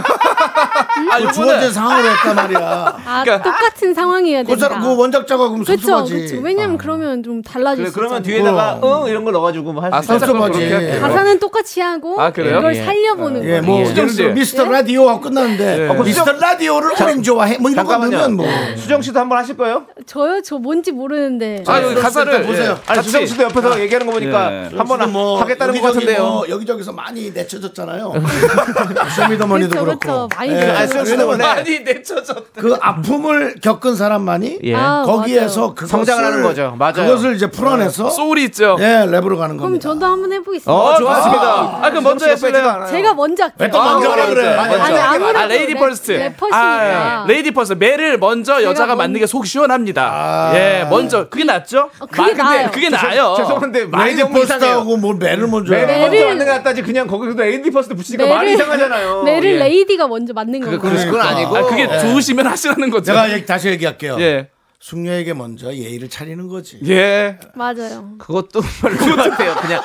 [SPEAKER 6] 아,
[SPEAKER 1] 그
[SPEAKER 6] 요거는-
[SPEAKER 1] 주어제 상황을 했단 말이야.
[SPEAKER 7] 아
[SPEAKER 6] 그러니까-
[SPEAKER 7] 똑같은 상황이어야
[SPEAKER 1] 그
[SPEAKER 7] 된다
[SPEAKER 1] 사람 그 원작자가 그럼
[SPEAKER 7] 그쵸
[SPEAKER 1] 섭섭하지.
[SPEAKER 7] 그쵸 왜냐면 그러면 좀 달라질
[SPEAKER 2] 그래,
[SPEAKER 6] 네,
[SPEAKER 7] 수
[SPEAKER 2] 그러면
[SPEAKER 7] 있잖아요. 뭐
[SPEAKER 2] 뒤에다가 응 이런 걸 넣어가지고 뭐 할수
[SPEAKER 6] 아,
[SPEAKER 2] 있잖아요.
[SPEAKER 6] 살짝 좀
[SPEAKER 1] 섭섭하지.
[SPEAKER 6] 그렇게 할게요.
[SPEAKER 3] 예,
[SPEAKER 7] 가사는 똑같이 하고
[SPEAKER 6] 아, 그래요?
[SPEAKER 7] 이걸
[SPEAKER 2] 예.
[SPEAKER 7] 살려보는 거예요
[SPEAKER 1] 예, 뭐
[SPEAKER 2] 예.
[SPEAKER 1] 예를 들어
[SPEAKER 6] 예.
[SPEAKER 1] 미스터 라디오 하고 끝났는데
[SPEAKER 6] 예.
[SPEAKER 1] 어, 그럼 미스터 라디오를 오렌 좋아해 뭐 이런 거
[SPEAKER 2] 잠깐만요. 예.
[SPEAKER 1] 넣으면 뭐.
[SPEAKER 2] 수정 씨도 한번 하실 거예요?
[SPEAKER 7] 저요 저 뭔지 모르는데
[SPEAKER 6] 아, 여기
[SPEAKER 1] 일단
[SPEAKER 6] 가사를
[SPEAKER 1] 보세요.
[SPEAKER 6] 예.
[SPEAKER 2] 아니
[SPEAKER 6] 같이.
[SPEAKER 2] 수정 씨도 옆에서 얘기하는 거 보니까
[SPEAKER 6] 예.
[SPEAKER 2] 한번 하겠다는 것
[SPEAKER 1] 여기저기
[SPEAKER 2] 같은데요.
[SPEAKER 1] 뭐 여기저기서 많이 내쳐졌잖아요. 쇼미더머니도
[SPEAKER 7] 그쵸,
[SPEAKER 1] 그렇고.
[SPEAKER 7] 그렇죠. 그쵸. 많이
[SPEAKER 1] 예,
[SPEAKER 7] 내쳐졌어요.
[SPEAKER 2] 아니, 수정 씨는
[SPEAKER 1] 왜냐면
[SPEAKER 2] 원래
[SPEAKER 6] 많이 내쳐졌다.
[SPEAKER 1] 그 아픔을 겪은 사람만이
[SPEAKER 2] 예.
[SPEAKER 7] 아, 맞아요.
[SPEAKER 1] 거기에서 그것을-
[SPEAKER 2] 성장을 하는 거죠. 맞아요.
[SPEAKER 1] 그것을 이제 풀어내서
[SPEAKER 6] 소울이 있죠.
[SPEAKER 1] 예 랩으로 가는
[SPEAKER 7] 그럼
[SPEAKER 1] 겁니다.
[SPEAKER 7] 저도 한번 해보겠습니다
[SPEAKER 2] 어,
[SPEAKER 6] 좋았습니다. 아, 그럼 먼저 해볼래요?
[SPEAKER 7] 제가 먼저 할게요
[SPEAKER 1] 왜또 먼저 하라 그래?
[SPEAKER 2] 맞아.
[SPEAKER 7] 아니 아무래도
[SPEAKER 6] 아, 레이디
[SPEAKER 7] 랩-
[SPEAKER 6] 퍼스트.
[SPEAKER 7] 래퍼시니까
[SPEAKER 6] 아, 예. 레이디 퍼스트. 매를 먼저 여자가
[SPEAKER 7] 먼저-
[SPEAKER 6] 맞는 게 속 시원합니다.
[SPEAKER 1] 아.
[SPEAKER 6] 예, 먼저. 그게 낫죠?
[SPEAKER 7] 어, 그게 나아요.
[SPEAKER 6] 그게 나아요.
[SPEAKER 2] 죄송한데 말이
[SPEAKER 1] 레이디
[SPEAKER 2] 너무 이상해요.
[SPEAKER 1] 포스터하고 뭘 매를 먼저
[SPEAKER 2] 매를
[SPEAKER 1] 해요.
[SPEAKER 2] 먼저 맞는 게 낫다지 그냥 거기서 레이디 퍼스트 붙이니까 그러니까 말이 이상하잖아요.
[SPEAKER 7] 매를
[SPEAKER 2] 예.
[SPEAKER 7] 레이디가 먼저 맞는
[SPEAKER 2] 그-
[SPEAKER 7] 거예요
[SPEAKER 2] 그건
[SPEAKER 1] 그러니까.
[SPEAKER 2] 아니고. 예.
[SPEAKER 6] 아, 그게 좋으시면 하시라는 거죠.
[SPEAKER 1] 제가 얘기- 다시 얘기할게요.
[SPEAKER 6] 예.
[SPEAKER 1] 숙녀에게 먼저 예의를 차리는 거지.
[SPEAKER 6] 예.
[SPEAKER 7] 맞아요
[SPEAKER 2] 그것도 별로 것 같아요. 그냥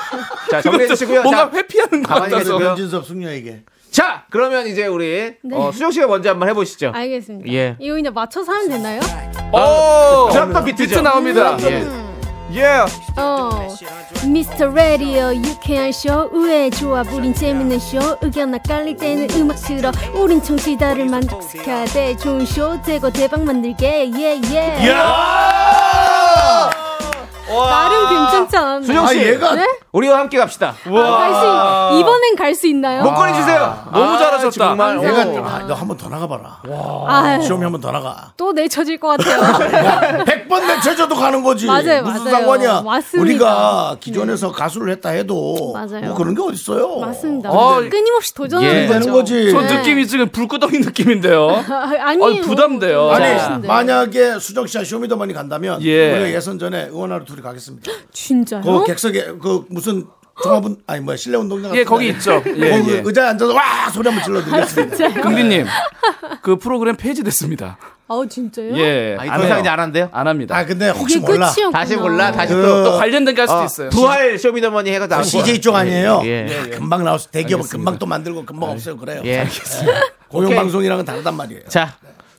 [SPEAKER 2] 자 정리해 주시고요.
[SPEAKER 6] 뭔가
[SPEAKER 2] 자,
[SPEAKER 6] 회피하는 것
[SPEAKER 2] 가만히
[SPEAKER 6] 같아서.
[SPEAKER 2] 계세요.
[SPEAKER 1] 변진섭 숙녀에게.
[SPEAKER 2] 자 그러면 이제 우리
[SPEAKER 7] 네.
[SPEAKER 2] 어, 수정 씨가 먼저 한번 해보시죠.
[SPEAKER 3] 아.
[SPEAKER 7] 알겠습니다
[SPEAKER 2] 예.
[SPEAKER 7] 이거 이제 맞춰서 하면 되나요?
[SPEAKER 6] 오!
[SPEAKER 2] 어, 드랍더 비트죠.
[SPEAKER 6] 비트 나옵니다.
[SPEAKER 2] 예.
[SPEAKER 6] 예.
[SPEAKER 7] 어, 미스터 라디오 유쾌한 쇼 의외 조합 우린 재밌는 쇼 의견 엇갈릴 때는 음악 틀어 우린 청취자를 만족시켜야 돼 좋은 쇼 되고 대박 만들게 예예
[SPEAKER 1] 야!
[SPEAKER 7] 나름 괜찮지 않았나
[SPEAKER 2] 수정
[SPEAKER 1] 아
[SPEAKER 2] 씨.
[SPEAKER 1] 얘가
[SPEAKER 7] 네? 아,
[SPEAKER 2] 우리와 함께 갑시다.
[SPEAKER 7] 갈수 이번엔 갈 수 있나요?
[SPEAKER 2] 목걸이 주세요.
[SPEAKER 6] 너무 잘하셨다.
[SPEAKER 2] 아, 정말 오.
[SPEAKER 1] 내가 아, 너 한 번 더 나가봐라. 시험이 한 번 더 나가.
[SPEAKER 7] 아, 또 내쳐질 것 같아요.
[SPEAKER 1] 100번 내쳐져도 가는 거지.
[SPEAKER 7] 맞아요,
[SPEAKER 1] 무슨
[SPEAKER 7] 맞아요.
[SPEAKER 1] 상관이야.
[SPEAKER 7] 맞습니다. 네.
[SPEAKER 1] 우리가 기존에서 가수를 했다 해도
[SPEAKER 7] 맞아요.
[SPEAKER 1] 뭐 그런 게 어딨어요.
[SPEAKER 7] 맞습니다.
[SPEAKER 6] 어,
[SPEAKER 7] 끊임없이 도전하는
[SPEAKER 2] 예.
[SPEAKER 7] 거죠.
[SPEAKER 1] 되는 거지.
[SPEAKER 6] 그렇죠. 저
[SPEAKER 7] 네.
[SPEAKER 6] 느낌이 지금 불끄덩이 느낌인데요.
[SPEAKER 7] 아, 아니에요.
[SPEAKER 6] 어, 부담돼요.
[SPEAKER 1] 아니
[SPEAKER 7] 괜찮은데.
[SPEAKER 1] 만약에 수정 씨가 쇼미더머니 간다면
[SPEAKER 6] 예.
[SPEAKER 1] 우리가 예선 전에 응원하러 둘이 가겠습니다.
[SPEAKER 7] 진짜요?
[SPEAKER 1] 그 객석에 그 무슨 종합은 아니 뭐야 실내 운동장 같은데.
[SPEAKER 6] 예, 거기 있죠. 예,
[SPEAKER 1] 거기
[SPEAKER 6] 예.
[SPEAKER 1] 의자에 앉아서 와 소리 한번 질러드리겠습니다.
[SPEAKER 6] 금디님, 그 프로그램 폐지됐습니다.
[SPEAKER 7] 아우 진짜요?
[SPEAKER 6] 예.
[SPEAKER 2] 아,
[SPEAKER 6] 안
[SPEAKER 2] 더 이상
[SPEAKER 6] 해요.
[SPEAKER 2] 이제 안 한대요?
[SPEAKER 6] 안 합니다.
[SPEAKER 1] 아 근데 혹시
[SPEAKER 7] 이게
[SPEAKER 1] 몰라
[SPEAKER 7] 끝이었구나.
[SPEAKER 2] 다시 몰라. 다시
[SPEAKER 1] 그-
[SPEAKER 2] 또.
[SPEAKER 6] 또 관련된 갈 수도
[SPEAKER 2] 어,
[SPEAKER 6] 있어요.
[SPEAKER 2] 부활 쇼미더머니 해가지고
[SPEAKER 1] 그
[SPEAKER 2] 나올 거야.
[SPEAKER 1] CJ 쪽 아니에요.
[SPEAKER 2] 예.
[SPEAKER 1] 다 금방 나올 수 대기업은 금방 또 만들고 금방 없어요 그래요.
[SPEAKER 2] 예.
[SPEAKER 1] 고용
[SPEAKER 2] 오케이.
[SPEAKER 1] 방송이랑은 다르단 말이에요.
[SPEAKER 2] 자,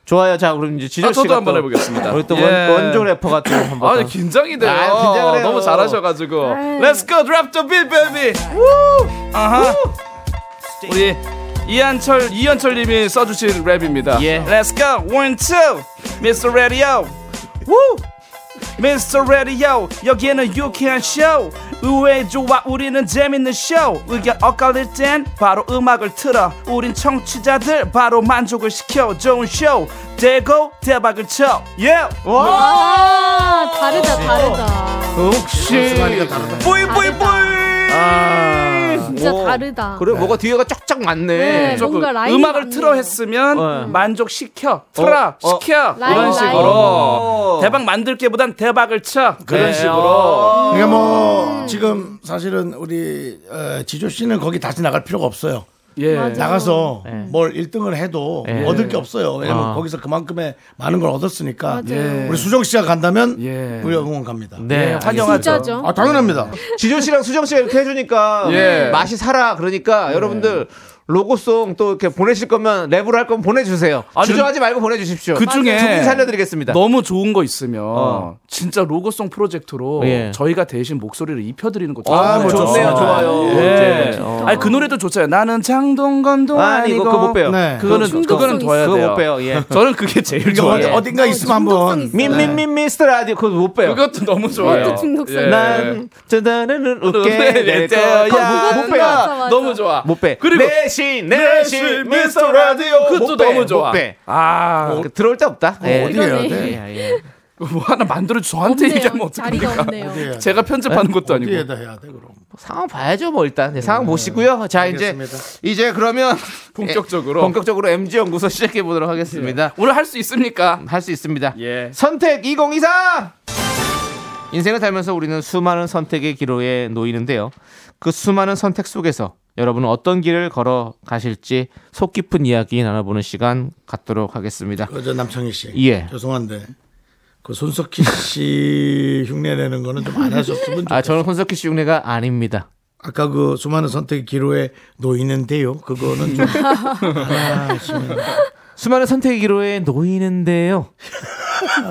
[SPEAKER 2] 좋아요. 자, 그럼 이제 지조
[SPEAKER 6] 아,
[SPEAKER 2] 씨가
[SPEAKER 6] 저도 한번 해보겠습니다.
[SPEAKER 2] 우리 또
[SPEAKER 6] 예.
[SPEAKER 2] 원- 원조 래퍼가 또 한번.
[SPEAKER 6] 아,
[SPEAKER 2] 또-
[SPEAKER 6] 네, 긴장이 돼요.
[SPEAKER 2] 아, 긴장을 해요.
[SPEAKER 6] 너무 잘하셔가지고.
[SPEAKER 7] 아유.
[SPEAKER 6] Let's go, drop the beat, baby. 아하. 우리 이한철 이한철님이 써주신 랩입니다.
[SPEAKER 2] 예.
[SPEAKER 6] Let's go, one two, Mr. Radio. Woo. Mr. Radio 여기에는 유쾌한 쇼 의외의 좋아 우리는 재밌는 쇼 의견 엇갈릴 땐 바로 음악을 틀어 우린 청취자들 바로 만족을 시켜 좋은 쇼 대고 대박을 쳐 yeah.
[SPEAKER 7] 와 다르다 다르다.
[SPEAKER 2] 혹시
[SPEAKER 6] 뿌이 뿌이 뿌이
[SPEAKER 7] 진짜
[SPEAKER 2] 오.
[SPEAKER 7] 다르다.
[SPEAKER 2] 그래 뭐가 뒤에가 쫙쫙 맞네.
[SPEAKER 7] 네.
[SPEAKER 6] 조금
[SPEAKER 7] 뭔가 라인이
[SPEAKER 6] 음악을
[SPEAKER 7] 맞네요.
[SPEAKER 6] 틀어 했으면
[SPEAKER 2] 어.
[SPEAKER 6] 만족시켜 틀어
[SPEAKER 2] 어.
[SPEAKER 6] 시켜
[SPEAKER 7] 라인,
[SPEAKER 6] 이런
[SPEAKER 7] 라인.
[SPEAKER 6] 식으로
[SPEAKER 2] 어.
[SPEAKER 6] 대박 만들게보단 대박을 쳐 그런
[SPEAKER 2] 네.
[SPEAKER 6] 식으로
[SPEAKER 1] 그러니까 뭐 지금 사실은 우리 어, 지조 씨는 거기 다시 나갈 필요가 없어요.
[SPEAKER 6] 예
[SPEAKER 7] 맞아.
[SPEAKER 1] 나가서 뭘 1등을 해도
[SPEAKER 2] 예.
[SPEAKER 1] 얻을 게 없어요. 왜냐면
[SPEAKER 2] 아. 예.
[SPEAKER 1] 거기서 그만큼의 많은 걸 얻었으니까. 예.
[SPEAKER 7] 맞아요.
[SPEAKER 1] 우리 수정 씨가 간다면
[SPEAKER 6] 예.
[SPEAKER 1] 우리 응원 갑니다.
[SPEAKER 2] 네.
[SPEAKER 6] 환영하죠
[SPEAKER 7] 진짜죠?
[SPEAKER 1] 아 당연합니다.
[SPEAKER 2] 지조 씨랑 수정 씨가 이렇게 해주니까
[SPEAKER 6] 예. 네.
[SPEAKER 2] 맛이 살아. 그러니까 여러분들 로고송 또 이렇게 보내실 거면 랩으로 할 거면 보내주세요.
[SPEAKER 6] 아니,
[SPEAKER 2] 주저하지 말고 보내주십시오.
[SPEAKER 6] 그 중에
[SPEAKER 2] 두분 살려드리겠습니다.
[SPEAKER 6] 너무 좋은 거 있으면
[SPEAKER 2] 어.
[SPEAKER 6] 진짜 로고송 프로젝트로
[SPEAKER 2] 예.
[SPEAKER 6] 저희가 대신 목소리를 입혀드리는 것도
[SPEAKER 2] 아,
[SPEAKER 6] 좋네요.
[SPEAKER 2] 좋네요. 좋아요.
[SPEAKER 6] 예.
[SPEAKER 2] 좋죠.
[SPEAKER 6] 아니 그 노래도 좋잖아요. 나는 장동건도
[SPEAKER 2] 아니
[SPEAKER 6] 아니고
[SPEAKER 2] 이거 그거 못 빼요.
[SPEAKER 1] 네.
[SPEAKER 6] 그거는
[SPEAKER 7] 중독성
[SPEAKER 6] 그거는
[SPEAKER 7] 있어.
[SPEAKER 6] 둬야
[SPEAKER 2] 그거
[SPEAKER 6] 돼요.
[SPEAKER 2] 못 빼요. 예.
[SPEAKER 6] 저는 그게 제일
[SPEAKER 1] 저
[SPEAKER 6] 좋아요.
[SPEAKER 2] 예.
[SPEAKER 1] 어딘가 있으면 한번 네.
[SPEAKER 2] 민민민 미스터 라디오 그거 못 빼요.
[SPEAKER 6] 그것도 너무 좋아요.
[SPEAKER 7] 그것도 중독성
[SPEAKER 6] 예.
[SPEAKER 7] 있어.
[SPEAKER 2] 난
[SPEAKER 6] 네,
[SPEAKER 2] 뜨다르는 웃게 될 거야.
[SPEAKER 6] 내때야
[SPEAKER 2] 그거 못- 못 빼요.
[SPEAKER 7] 맞아.
[SPEAKER 6] 너무 좋아.
[SPEAKER 2] 못 빼.
[SPEAKER 6] 그리고
[SPEAKER 2] 내시 내시 미스터 라디오
[SPEAKER 6] 그것도
[SPEAKER 2] 못 빼,
[SPEAKER 6] 너무 좋아.
[SPEAKER 2] 못 빼.
[SPEAKER 6] 아,
[SPEAKER 2] 그 들어올 데 없다. 예.
[SPEAKER 1] 어디 해야
[SPEAKER 2] 예,
[SPEAKER 1] 돼?
[SPEAKER 2] 예.
[SPEAKER 6] 뭐 하나 만들어 저한테 얘기하면
[SPEAKER 7] 없네요.
[SPEAKER 6] 어떡합니까?
[SPEAKER 7] 자리가 없네요.
[SPEAKER 6] 제가 편집하는 것도 아니고.
[SPEAKER 1] 어디에다 해야 돼 그럼.
[SPEAKER 2] 상황 봐야죠 뭐 일단 네, 상황 보시고요. 자
[SPEAKER 1] 알겠습니다.
[SPEAKER 2] 이제 이제 그러면
[SPEAKER 6] 본격적으로.
[SPEAKER 2] 예, 본격적으로 MG 연구소 시작해 보도록 하겠습니다.
[SPEAKER 6] 오늘 할 수 있습니까?
[SPEAKER 2] 할 수 있습니다.
[SPEAKER 6] 예.
[SPEAKER 2] 선택 2024. 인생을 살면서 우리는 수많은 선택의 기로에 놓이는데요. 그 수많은 선택 속에서 여러분은 어떤 길을 걸어 가실지 속 깊은 이야기 나눠보는 시간 갖도록 하겠습니다.
[SPEAKER 1] 그저 남창희 씨.
[SPEAKER 2] 예.
[SPEAKER 1] 죄송한데 그 손석희 씨 흉내내는 거는 좀 안 하셨으면 좋겠어요.
[SPEAKER 2] 아 저는 손석희 씨 흉내가 아닙니다.
[SPEAKER 1] 아까 그 수많은 선택의 기로에 놓이는데요. 그거는 좀
[SPEAKER 2] 수많은 선택의 기로에 놓이는데요.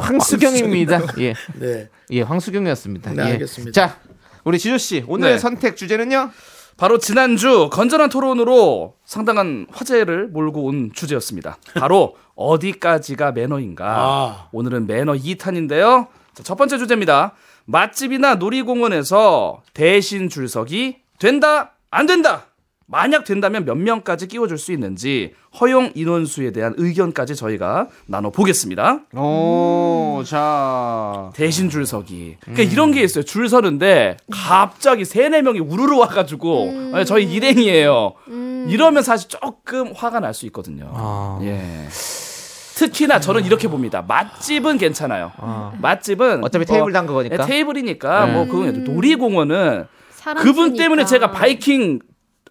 [SPEAKER 2] 황수경입니다. 예.
[SPEAKER 1] 네.
[SPEAKER 2] 예, 황수경이었습니다.
[SPEAKER 1] 네,
[SPEAKER 2] 예.
[SPEAKER 1] 알겠습니다.
[SPEAKER 2] 자, 우리 지조 씨 오늘의
[SPEAKER 6] 네.
[SPEAKER 2] 선택 주제는요.
[SPEAKER 6] 바로 지난주 건전한 토론으로 상당한 화제를 몰고 온 주제였습니다. 바로 어디까지가 매너인가.
[SPEAKER 1] 아.
[SPEAKER 6] 오늘은 매너 2탄인데요. 자, 첫 번째 주제입니다. 맛집이나 놀이공원에서 대신 줄서기 된다 안 된다. 만약 된다면 몇 명까지 끼워줄 수 있는지 허용 인원수에 대한 의견까지 저희가 나눠 보겠습니다.
[SPEAKER 2] 오, 자.
[SPEAKER 6] 대신 줄 서기. 그러니까 이런 게 있어요. 줄 서는데 갑자기 세네 명이 우르르 와가지고 아니, 저희 일행이에요. 이러면 사실 조금 화가 날 수 있거든요.
[SPEAKER 2] 아.
[SPEAKER 6] 예. 특히나 저는 이렇게 봅니다. 맛집은 괜찮아요. 맛집은
[SPEAKER 2] 어차피 네, 테이블 단 거니까.
[SPEAKER 6] 예, 테이블이니까 뭐 그건 놀이공원은
[SPEAKER 7] 사람
[SPEAKER 6] 그분
[SPEAKER 7] 쓰니까.
[SPEAKER 6] 때문에 제가 바이킹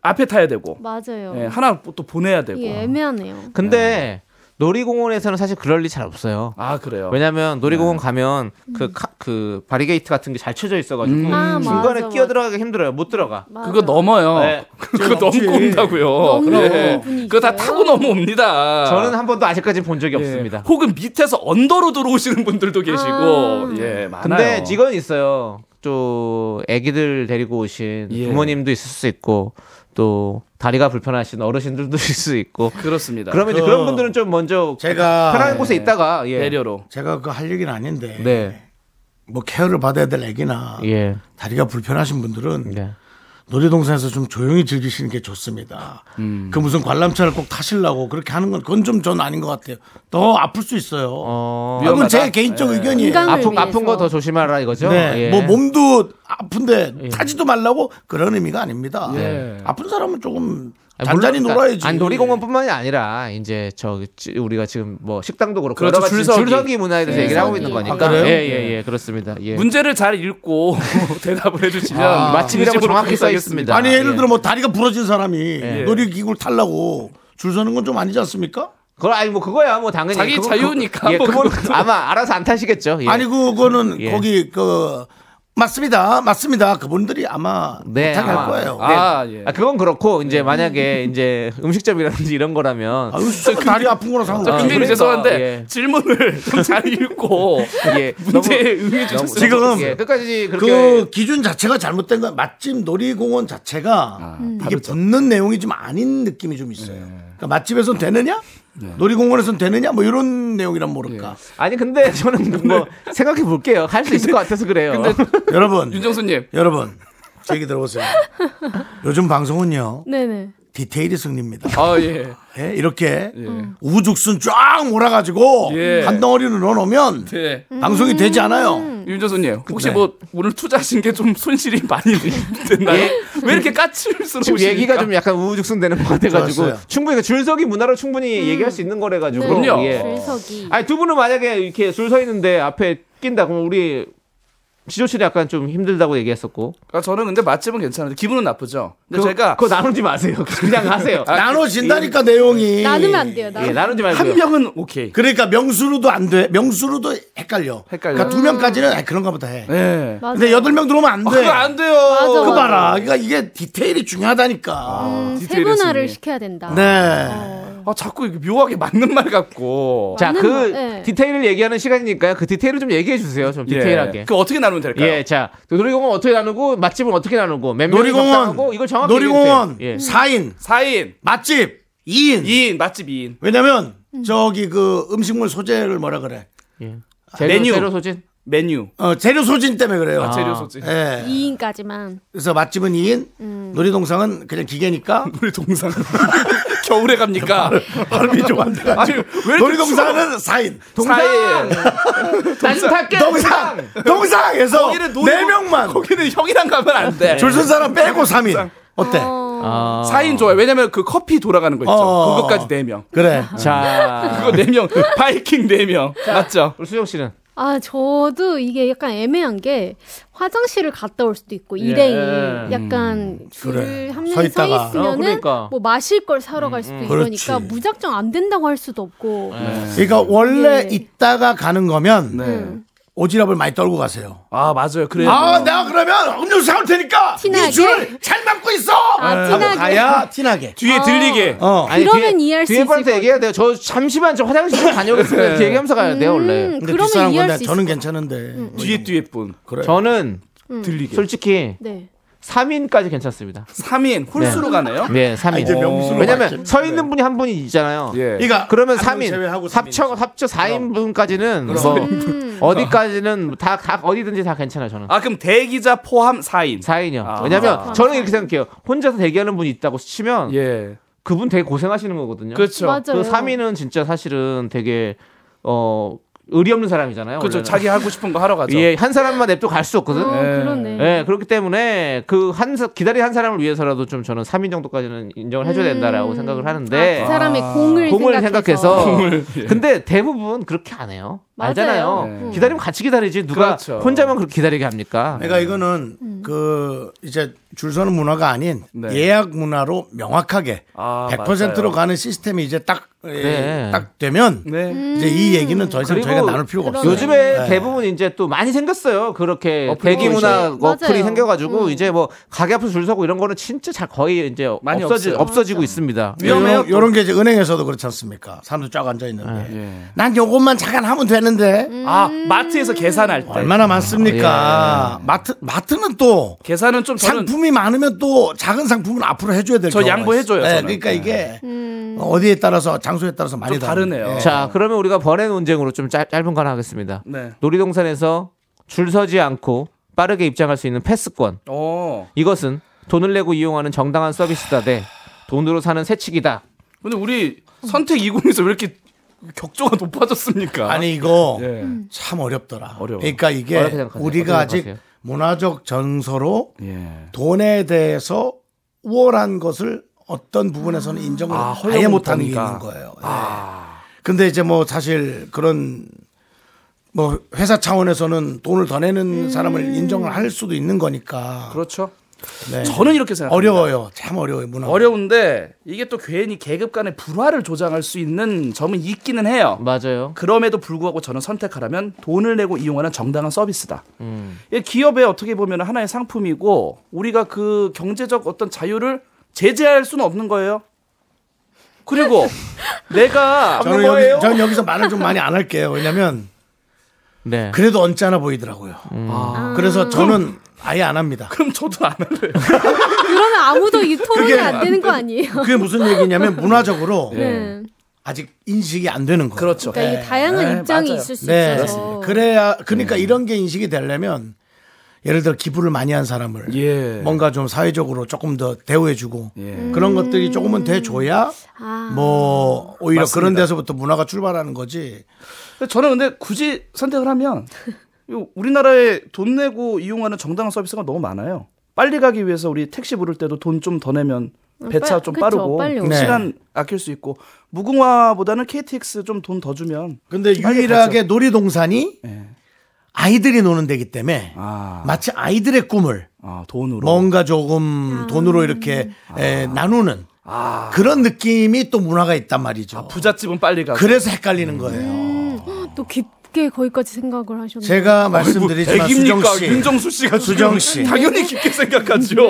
[SPEAKER 6] 앞에 타야 되고
[SPEAKER 7] 맞아요.
[SPEAKER 6] 예, 하나 또 보내야 되고
[SPEAKER 7] 이게 애매하네요.
[SPEAKER 2] 근데 놀이공원에서는 사실 그럴 리 잘 없어요.
[SPEAKER 6] 아 그래요.
[SPEAKER 2] 왜냐면 놀이공원 가면 그 카, 그 바리게이트 같은 게 잘 쳐져 있어가지고
[SPEAKER 6] 음.
[SPEAKER 7] 아, 맞아,
[SPEAKER 2] 중간에
[SPEAKER 7] 맞아.
[SPEAKER 2] 끼어 들어가기 힘들어요. 못 들어가.
[SPEAKER 7] 맞아.
[SPEAKER 6] 그거 넘어요.
[SPEAKER 2] 네.
[SPEAKER 6] 그거 넘고 온다고요. 예.
[SPEAKER 7] 넘는
[SPEAKER 6] 그래.
[SPEAKER 7] 분이
[SPEAKER 6] 그거 다
[SPEAKER 7] 있어요?
[SPEAKER 6] 타고 넘어옵니다.
[SPEAKER 2] 저는 한 번도 아직까지 본 적이
[SPEAKER 6] 예.
[SPEAKER 2] 없습니다.
[SPEAKER 6] 혹은 밑에서 언더로 들어오시는 분들도 계시고
[SPEAKER 7] 아.
[SPEAKER 6] 예 많아요.
[SPEAKER 2] 근데 이건 있어요. 또 아기들 데리고 오신
[SPEAKER 6] 예.
[SPEAKER 2] 부모님도 있을 수 있고 또 다리가 불편하신 어르신들도 있을 수 있고
[SPEAKER 6] 그렇죠. 그렇습니다.
[SPEAKER 2] 그러면 이제
[SPEAKER 1] 그-
[SPEAKER 2] 그런 분들은 좀 먼저
[SPEAKER 1] 제가
[SPEAKER 2] 편한 곳에 있다가 예.
[SPEAKER 6] 배려로
[SPEAKER 1] 제가 그 할 얘기는 아닌데
[SPEAKER 2] 네.
[SPEAKER 1] 뭐 케어를 받아야 될 애기나
[SPEAKER 2] 예.
[SPEAKER 1] 다리가 불편하신 분들은
[SPEAKER 2] 네.
[SPEAKER 1] 놀이동산에서 좀 조용히 즐기시는 게 좋습니다.
[SPEAKER 2] 음.
[SPEAKER 1] 그 무슨 관람차를 꼭 타시려고 그렇게 하는 건 그건 좀 전 아닌 것 같아요. 더 아플 수 있어요.
[SPEAKER 2] 어,
[SPEAKER 1] 그건 제
[SPEAKER 6] 위험하다.
[SPEAKER 1] 개인적 의견이에요.
[SPEAKER 7] 건강을
[SPEAKER 2] 아픈 아픈 거
[SPEAKER 7] 위해서.
[SPEAKER 2] 더 조심하라 이거죠?
[SPEAKER 1] 네.
[SPEAKER 2] 예.
[SPEAKER 1] 뭐 몸도 아픈데 타지도 말라고 그런 의미가 아닙니다. 예. 아픈 사람은 조금
[SPEAKER 2] 예. 아니, 물론
[SPEAKER 1] 잔잔히
[SPEAKER 2] 그러니까
[SPEAKER 1] 놀아야지.
[SPEAKER 2] 아니 놀이공원뿐만이 아니라 이제 저 지- 우리가 지금 뭐 식당도 그렇고
[SPEAKER 6] 그렇죠,
[SPEAKER 2] 여러 가지
[SPEAKER 6] 줄 서기.
[SPEAKER 2] 줄서기 문화에 대해서 얘기를 하고 있는
[SPEAKER 7] 아,
[SPEAKER 2] 거니까.
[SPEAKER 1] 그래요?
[SPEAKER 2] 예예예 그렇습니다. 예.
[SPEAKER 6] 문제를 잘 읽고 대답을 해주시면
[SPEAKER 2] 맛집이라고
[SPEAKER 6] 진심으로
[SPEAKER 2] 아, 그 정확히 써
[SPEAKER 6] 감사하겠습니다.
[SPEAKER 2] 있습니다.
[SPEAKER 1] 아니 예를
[SPEAKER 2] 예.
[SPEAKER 1] 들어 뭐 다리가 부러진 사람이 놀이기구를 타려고 줄 서는 건 좀 아니지 않습니까?
[SPEAKER 2] 그걸 아니 뭐 그거야 뭐 당연히
[SPEAKER 6] 자기
[SPEAKER 2] 그건-
[SPEAKER 6] 자유니까
[SPEAKER 2] 그, 예,
[SPEAKER 6] 뭐
[SPEAKER 2] 그건
[SPEAKER 6] 그것도.
[SPEAKER 2] 아마 알아서 안 타시겠죠. 예.
[SPEAKER 1] 아니 그거는
[SPEAKER 2] 예.
[SPEAKER 1] 거기 그 맞습니다, 맞습니다. 그분들이 아마
[SPEAKER 2] 네,
[SPEAKER 1] 못하게
[SPEAKER 2] 아마.
[SPEAKER 1] 할 거예요. 네. 아,
[SPEAKER 6] 아 예.
[SPEAKER 2] 아, 그건 그렇고 이제 만약에 이제 음식점이라든지 이런
[SPEAKER 1] 유
[SPEAKER 2] 거라면
[SPEAKER 1] 아, 다리 아픈 거랑
[SPEAKER 6] 자,
[SPEAKER 1] 상관없어.
[SPEAKER 6] 근데
[SPEAKER 2] 그러니까,
[SPEAKER 6] 죄송한데
[SPEAKER 2] 예.
[SPEAKER 6] 질문을 좀 잘 읽고
[SPEAKER 2] 예.
[SPEAKER 6] 문제에 응해
[SPEAKER 2] 너무-
[SPEAKER 6] 주셨으면
[SPEAKER 1] 지금
[SPEAKER 2] 예, 끝까지 그렇게
[SPEAKER 1] 그 기준 자체가 잘못된 건 맛집 놀이공원 자체가 이게 붙는 내용이 좀 아닌 느낌이 좀 있어요. 그러니까 맛집에선 되느냐? 놀이공원에선 되느냐? 뭐 이런 내용이란 모를까.
[SPEAKER 2] 아니 근데 저는 뭐 생각해 볼게요. 할 수 있을 것 같아서 그래요.
[SPEAKER 1] 여러분,
[SPEAKER 6] 윤정수님
[SPEAKER 1] 여러분, 제 얘기 들어보세요. 요즘 방송은요,
[SPEAKER 7] 네네.
[SPEAKER 1] 디테일이 승리입니다.
[SPEAKER 6] 아 예.
[SPEAKER 1] 예, 이렇게 우죽순 쫙 몰아가지고
[SPEAKER 6] 예.
[SPEAKER 1] 한 덩어리로 넣어놓으면
[SPEAKER 6] 네.
[SPEAKER 1] 방송이 되지 않아요.
[SPEAKER 6] 윤정수님 혹시
[SPEAKER 1] 네.
[SPEAKER 6] 뭐 오늘 투자하신 게 좀 손실이 많이 됐나요? 왜 이렇게 까칠스러우시니까?
[SPEAKER 2] 예. 지금 얘기가 좀 약간 우후죽순되는 것 같아가지고
[SPEAKER 1] 좋았어요.
[SPEAKER 2] 충분히 그 줄서기 문화로 충분히 얘기할 수 있는 거래가지고
[SPEAKER 7] 네.
[SPEAKER 6] 그럼요.
[SPEAKER 2] 예.
[SPEAKER 7] 줄서기.
[SPEAKER 2] 아니 두 분은 만약에 이렇게 줄 서 있는데 앞에 낀다 그럼 우리 지조실이 약간 좀 힘들다고 얘기했었고
[SPEAKER 6] 아, 저는 근데 맛집은 괜찮은데 기분은 나쁘죠. 근데
[SPEAKER 2] 그거-
[SPEAKER 6] 제가 아,
[SPEAKER 2] 그거 나누지 마세요 아, 그냥 하세요
[SPEAKER 1] 나눠진다니까 내용이.
[SPEAKER 7] 나누면 안 돼요. 나.
[SPEAKER 2] 예, 나누지
[SPEAKER 6] 한
[SPEAKER 2] 말고요
[SPEAKER 6] 병은 오케이.
[SPEAKER 1] 그러니까 명수로도 안 돼. 명수로도 헷갈려.
[SPEAKER 6] 헷갈려.
[SPEAKER 1] 그러니까 두 명까지는 아, 그런가 보다 해.
[SPEAKER 6] 네.
[SPEAKER 7] 음. 맞아.
[SPEAKER 1] 근데 여덟 명 들어오면 안 돼.
[SPEAKER 6] 그거 안 돼요.
[SPEAKER 7] 맞아.
[SPEAKER 1] 그 봐라. 그러니까 이게 디테일이 중요하다니까.
[SPEAKER 7] 음,
[SPEAKER 6] 디테일이
[SPEAKER 7] 세분화를
[SPEAKER 6] 있으니.
[SPEAKER 7] 시켜야 된다.
[SPEAKER 1] 네.
[SPEAKER 6] 아, 자꾸 이게 묘하게 맞는 말 같고.
[SPEAKER 2] 자 그
[SPEAKER 7] 맞는 거- 예.
[SPEAKER 2] 디테일을 얘기하는 시간이니까요 그 디테일을 좀 얘기해 주세요 좀 디테일하게
[SPEAKER 6] 그 어떻게 나누면 될까요?
[SPEAKER 2] 예, 자 놀이공원 어떻게 나누고 맛집은 어떻게 나누고 몇 명이
[SPEAKER 1] 놀이공원.
[SPEAKER 2] 적당하고 어, 이걸 정확히
[SPEAKER 1] 놀이공원
[SPEAKER 2] 얘기해 주세요. 예.
[SPEAKER 1] 4인.
[SPEAKER 6] 4인,
[SPEAKER 1] 맛집 2인.
[SPEAKER 6] 2인, 맛집 2인.
[SPEAKER 1] 왜냐면
[SPEAKER 7] 음.
[SPEAKER 1] 저기 그 음식물 소재를 뭐라 그래.
[SPEAKER 2] 예, 예. 재료,
[SPEAKER 6] 메뉴.
[SPEAKER 2] 재료 소진
[SPEAKER 6] 메뉴,
[SPEAKER 1] 어, 재료 소진 때문에 그래요.
[SPEAKER 2] 아.
[SPEAKER 6] 재료 소진.
[SPEAKER 1] 예.
[SPEAKER 7] 2인까지만.
[SPEAKER 1] 그래서 맛집은 2인,
[SPEAKER 7] 음.
[SPEAKER 1] 놀이동산은 그냥 기계니까
[SPEAKER 6] 우리 동상. 겨울에 갑니까?
[SPEAKER 1] 발음이 좀 안
[SPEAKER 6] 아니,
[SPEAKER 1] 돼가지고.
[SPEAKER 6] 왜 이렇게
[SPEAKER 1] 놀이동산은 4인.
[SPEAKER 6] 동상.
[SPEAKER 2] 난타게
[SPEAKER 1] 동상! 동상에서
[SPEAKER 6] 거기는 놀이공-
[SPEAKER 1] 4명만!
[SPEAKER 6] 거기는 형이랑 가면 안
[SPEAKER 2] 네.
[SPEAKER 6] 돼.
[SPEAKER 1] 줄 선 사람 빼고 3인. 어때?
[SPEAKER 2] 아,
[SPEAKER 6] 4인 좋아요. 왜냐면 그 커피 돌아가는 거 있죠.
[SPEAKER 1] 어, 어,
[SPEAKER 6] 그것까지
[SPEAKER 1] 어.
[SPEAKER 6] 4명.
[SPEAKER 1] 그래.
[SPEAKER 7] 아,
[SPEAKER 2] 자
[SPEAKER 6] 그거 4명. 바이킹 4명. 맞죠?
[SPEAKER 2] 우리 수정 씨는
[SPEAKER 7] 아, 저도 이게 약간 애매한 게 화장실을 갔다 올 수도 있고 일행이 약간
[SPEAKER 1] 그래.
[SPEAKER 7] 줄을 한
[SPEAKER 1] 서
[SPEAKER 7] 명이 서,
[SPEAKER 1] 있다가.
[SPEAKER 7] 있으면은
[SPEAKER 2] 어, 그러니까.
[SPEAKER 7] 뭐 마실 걸 사러 갈 수도
[SPEAKER 1] 그렇지. 네.
[SPEAKER 7] 있으니까 무작정 안 된다고 할 수도 없고. 음,
[SPEAKER 1] 그러니까 원래
[SPEAKER 7] 예.
[SPEAKER 1] 있다가 가는 거면
[SPEAKER 7] 음.
[SPEAKER 6] 네.
[SPEAKER 1] 오지랖을 많이 떨고 가세요.
[SPEAKER 6] 아, 맞아요. 그래요.
[SPEAKER 1] 아, 내가 그러면 음료수 사올 테니까 이
[SPEAKER 7] 티나게.
[SPEAKER 1] 줄을 잘 막고 있어.
[SPEAKER 7] 아,
[SPEAKER 1] 하고
[SPEAKER 7] 티나게.
[SPEAKER 1] 가야 티나게.
[SPEAKER 6] 뒤에
[SPEAKER 2] 아.
[SPEAKER 6] 들리게.
[SPEAKER 1] 어.
[SPEAKER 7] 그러면 이해할 수
[SPEAKER 2] 뒤에
[SPEAKER 7] 있을
[SPEAKER 2] 분한테
[SPEAKER 7] 것
[SPEAKER 2] 얘기해야 돼요. 저 잠시만 저 화장실 좀 다녀오겠습니다.
[SPEAKER 7] 네.
[SPEAKER 2] 이렇게 얘기하면서 가야 돼요 원래.
[SPEAKER 7] 음,
[SPEAKER 1] 근데
[SPEAKER 7] 그러면
[SPEAKER 1] 비싼
[SPEAKER 7] 이해할
[SPEAKER 1] 건데
[SPEAKER 7] 수
[SPEAKER 1] 저는
[SPEAKER 7] 있을 음, 것
[SPEAKER 1] 괜찮은데.
[SPEAKER 6] 뒤에 뒤에 분.
[SPEAKER 1] 그래.
[SPEAKER 2] 저는
[SPEAKER 6] 들리게.
[SPEAKER 2] 음. 솔직히
[SPEAKER 7] 같아요. 네.
[SPEAKER 2] 3인까지 괜찮습니다.
[SPEAKER 6] 3인 홀수로 가네요.
[SPEAKER 2] 네,
[SPEAKER 1] 아,
[SPEAKER 2] 3인.
[SPEAKER 1] 이제 명수로
[SPEAKER 2] 왜냐면
[SPEAKER 1] 맞지.
[SPEAKER 2] 서 있는 분이 한 분이 있잖아요.
[SPEAKER 6] 예.
[SPEAKER 1] 그러니까
[SPEAKER 2] 그러면
[SPEAKER 1] 한 명
[SPEAKER 2] 3인
[SPEAKER 1] 제외하고
[SPEAKER 2] 합쳐 합쳐 4인분까지는 뭐 어디까지는 다, 다 어디든지 다 괜찮아요 저는.
[SPEAKER 6] 아, 그럼 대기자 포함 4인.
[SPEAKER 2] 4인이요.
[SPEAKER 6] 아.
[SPEAKER 2] 왜냐면
[SPEAKER 7] 아.
[SPEAKER 2] 저는 이렇게 생각해요. 혼자서 대기하는 분이 있다고 치면
[SPEAKER 6] 예.
[SPEAKER 2] 그분 되게 고생하시는 거거든요.
[SPEAKER 6] 그렇죠.
[SPEAKER 7] 맞아요.
[SPEAKER 2] 그 3인은 진짜 사실은 되게 어 의리 없는 사람이잖아요.
[SPEAKER 6] 그렇죠.
[SPEAKER 2] 원래는.
[SPEAKER 6] 자기 하고 싶은 거 하러 가죠.
[SPEAKER 2] 예, 한 사람만 냅도 갈 수
[SPEAKER 7] 어,
[SPEAKER 2] 없거든.
[SPEAKER 7] 그러네.
[SPEAKER 2] 예, 그렇기 때문에 그 한 기다리 한 사람을 위해서라도 좀 저는 3인 정도까지는 인정을 해줘야 된다라고
[SPEAKER 7] 음.
[SPEAKER 2] 생각을
[SPEAKER 7] 아,
[SPEAKER 2] 하는데
[SPEAKER 7] 그 사람의 공을,
[SPEAKER 2] 공을 생각해서,
[SPEAKER 7] 생각해서.
[SPEAKER 6] 예.
[SPEAKER 2] 근데 대부분 그렇게 안 해요.
[SPEAKER 7] 맞아요.
[SPEAKER 2] 알잖아요.
[SPEAKER 7] 네.
[SPEAKER 2] 기다리면 같이 기다리지 누가
[SPEAKER 6] 그렇죠.
[SPEAKER 2] 혼자만 그렇게 기다리게 합니까?
[SPEAKER 6] 음.
[SPEAKER 1] 내가 그러니까 이거는 그 이제 줄 서는 문화가 아닌
[SPEAKER 6] 네.
[SPEAKER 1] 예약 문화로 명확하게
[SPEAKER 6] 아,
[SPEAKER 1] 100%로
[SPEAKER 6] 맞아요.
[SPEAKER 1] 가는 시스템이 이제 딱, 예,
[SPEAKER 2] 네.
[SPEAKER 1] 딱 되면
[SPEAKER 6] 네.
[SPEAKER 1] 이제 이 얘기는 더 이상
[SPEAKER 2] 그리고
[SPEAKER 1] 저희가 나눌 필요가 없어요.
[SPEAKER 2] 요즘에
[SPEAKER 1] 네.
[SPEAKER 2] 대부분 이제 또 많이 생겼어요. 그렇게
[SPEAKER 6] 어플이
[SPEAKER 2] 대기 문화
[SPEAKER 7] 맞아요.
[SPEAKER 2] 어플이
[SPEAKER 7] 맞아요.
[SPEAKER 2] 생겨가지고
[SPEAKER 7] 음.
[SPEAKER 2] 이제 뭐 가게 앞에 줄 서고 이런 거는 진짜 잘 거의 이제 네.
[SPEAKER 6] 많이
[SPEAKER 2] 없어지
[SPEAKER 6] 없어요.
[SPEAKER 2] 없어지고 있습니다.
[SPEAKER 6] 위험해요, 또.
[SPEAKER 1] 이런 게 이제 은행에서도 그렇지 않습니까? 사람들 쫙 앉아 있는데
[SPEAKER 6] 예.
[SPEAKER 1] 난 요것만 잠깐 하면 되는데
[SPEAKER 6] 아, 마트에서 계산할 때.
[SPEAKER 1] 얼마나 많습니까? 마트 마트는 또
[SPEAKER 6] 계산은 좀 예. 저는
[SPEAKER 1] 상품이 많으면 또 작은 상품은 앞으로 해줘야 될.
[SPEAKER 6] 저
[SPEAKER 1] 경우가
[SPEAKER 6] 양보해줘요,
[SPEAKER 1] 있어요. 네,
[SPEAKER 6] 저는. 예. 음.
[SPEAKER 1] 그러니까 이게 어디에 따라서 장소에 따라서 많이
[SPEAKER 6] 좀 다르네요.
[SPEAKER 1] 다릅니다. 예.
[SPEAKER 2] 자, 그러면 우리가 번외 논쟁으로 좀 짧, 짧은 거 하나 하겠습니다.
[SPEAKER 6] 네.
[SPEAKER 2] 놀이동산에서 줄 서지 않고 빠르게 입장할 수 있는 패스권.
[SPEAKER 6] 어.
[SPEAKER 2] 이것은 돈을 내고 이용하는 정당한 서비스다 대 돈으로 사는 세칙이다.
[SPEAKER 6] 근데 우리 선택 20에서 왜 이렇게 격조가 높아졌습니까?
[SPEAKER 1] 아니 음. 이거
[SPEAKER 6] 예.
[SPEAKER 1] 참 어렵더라.
[SPEAKER 6] 어려워.
[SPEAKER 1] 그러니까 이게
[SPEAKER 2] 어렵게 생각하세요.
[SPEAKER 1] 우리가
[SPEAKER 2] 어떻게
[SPEAKER 1] 아직
[SPEAKER 2] 생각하세요?
[SPEAKER 1] 문화적 정서로
[SPEAKER 6] 예.
[SPEAKER 1] 돈에 대해서 우월한 것을 어떤 부분에서는 인정을
[SPEAKER 6] 아,
[SPEAKER 1] 아예
[SPEAKER 6] 허용
[SPEAKER 1] 못하는 게
[SPEAKER 6] 못하니까.
[SPEAKER 1] 있는 거예요. 예. 근데 이제 뭐 사실 그런 뭐 회사 차원에서는 돈을 더 내는 사람을 인정을 할 수도 있는 거니까.
[SPEAKER 6] 그렇죠.
[SPEAKER 1] 네.
[SPEAKER 6] 저는 이렇게 생각합니다.
[SPEAKER 1] 어려워요. 참 어려워요. 문화.
[SPEAKER 6] 어려운데 이게 또 괜히 계급 간의 불화를 조장할 수 있는 점은 있기는 해요.
[SPEAKER 2] 맞아요.
[SPEAKER 6] 그럼에도 불구하고 저는 선택하라면 돈을 내고 이용하는 정당한 서비스다. 이 기업의 어떻게 보면 하나의 상품이고 우리가 그 경제적 어떤 자유를 제재할 수는 없는 거예요. 그리고 내가
[SPEAKER 1] 저는 여기, 저는 여기서 말을 좀 많이 안 할게요. 왜냐면
[SPEAKER 2] 네.
[SPEAKER 1] 그래도 언짢아 보이더라고요. 그래서 저는 아예 안 합니다.
[SPEAKER 6] 그럼 저도 안 할래요.
[SPEAKER 7] 그러면 아무도 이 토론이
[SPEAKER 1] 그게
[SPEAKER 7] 안 되는 거 아니에요?
[SPEAKER 1] 그게 무슨 얘기냐면 문화적으로
[SPEAKER 7] 네.
[SPEAKER 1] 아직 인식이 안 되는 거예요.
[SPEAKER 6] 그렇죠.
[SPEAKER 7] 그러니까 이게 다양한
[SPEAKER 6] 네,
[SPEAKER 7] 입장이
[SPEAKER 6] 맞아요.
[SPEAKER 7] 있을 수
[SPEAKER 1] 네.
[SPEAKER 7] 있어서
[SPEAKER 1] 그래야 그러니까
[SPEAKER 6] 네.
[SPEAKER 1] 이런 게 인식이 되려면 예를 들어 기부를 많이 한 사람을
[SPEAKER 6] 예.
[SPEAKER 1] 뭔가 좀 사회적으로 조금 더 대우해주고 그런 것들이 조금은 돼줘야
[SPEAKER 7] 아.
[SPEAKER 1] 뭐 오히려 그런 데서부터 문화가 출발하는 거지.
[SPEAKER 6] 근데 저는 근데 굳이 선택을 하면 요 우리나라에 돈 내고 이용하는 정당한 서비스가 너무 많아요. 빨리 가기 위해서 우리 택시 부를 때도 돈 좀 더 내면 배차
[SPEAKER 7] 아, 빨-
[SPEAKER 6] 좀
[SPEAKER 7] 그쵸,
[SPEAKER 6] 빠르고
[SPEAKER 7] 빨리 오죠.
[SPEAKER 1] 네.
[SPEAKER 6] 시간 아낄 수 있고 무궁화보다는 KTX 좀 돈 더 주면
[SPEAKER 1] 근데
[SPEAKER 6] 빨리
[SPEAKER 1] 유일하게 놀이동산이 아이들이 노는 데기 때문에
[SPEAKER 6] 예. 아,
[SPEAKER 1] 마치 아이들의 꿈을
[SPEAKER 6] 아, 돈으로
[SPEAKER 1] 뭔가 조금 돈으로 이렇게 에, 나누는 그런 느낌이 또 문화가 있단 말이죠.
[SPEAKER 6] 아, 부잣집은 빨리 가고
[SPEAKER 1] 그래서 헷갈리는 거예요.
[SPEAKER 7] 또 깊게 거기까지 생각을 하셨네요.
[SPEAKER 1] 제가 말씀드리지만 수정
[SPEAKER 6] 백입니까
[SPEAKER 1] 씨
[SPEAKER 6] 윤정수 씨가
[SPEAKER 1] 수정
[SPEAKER 6] 지금
[SPEAKER 1] 씨.
[SPEAKER 6] 당연히 깊게 생각하죠.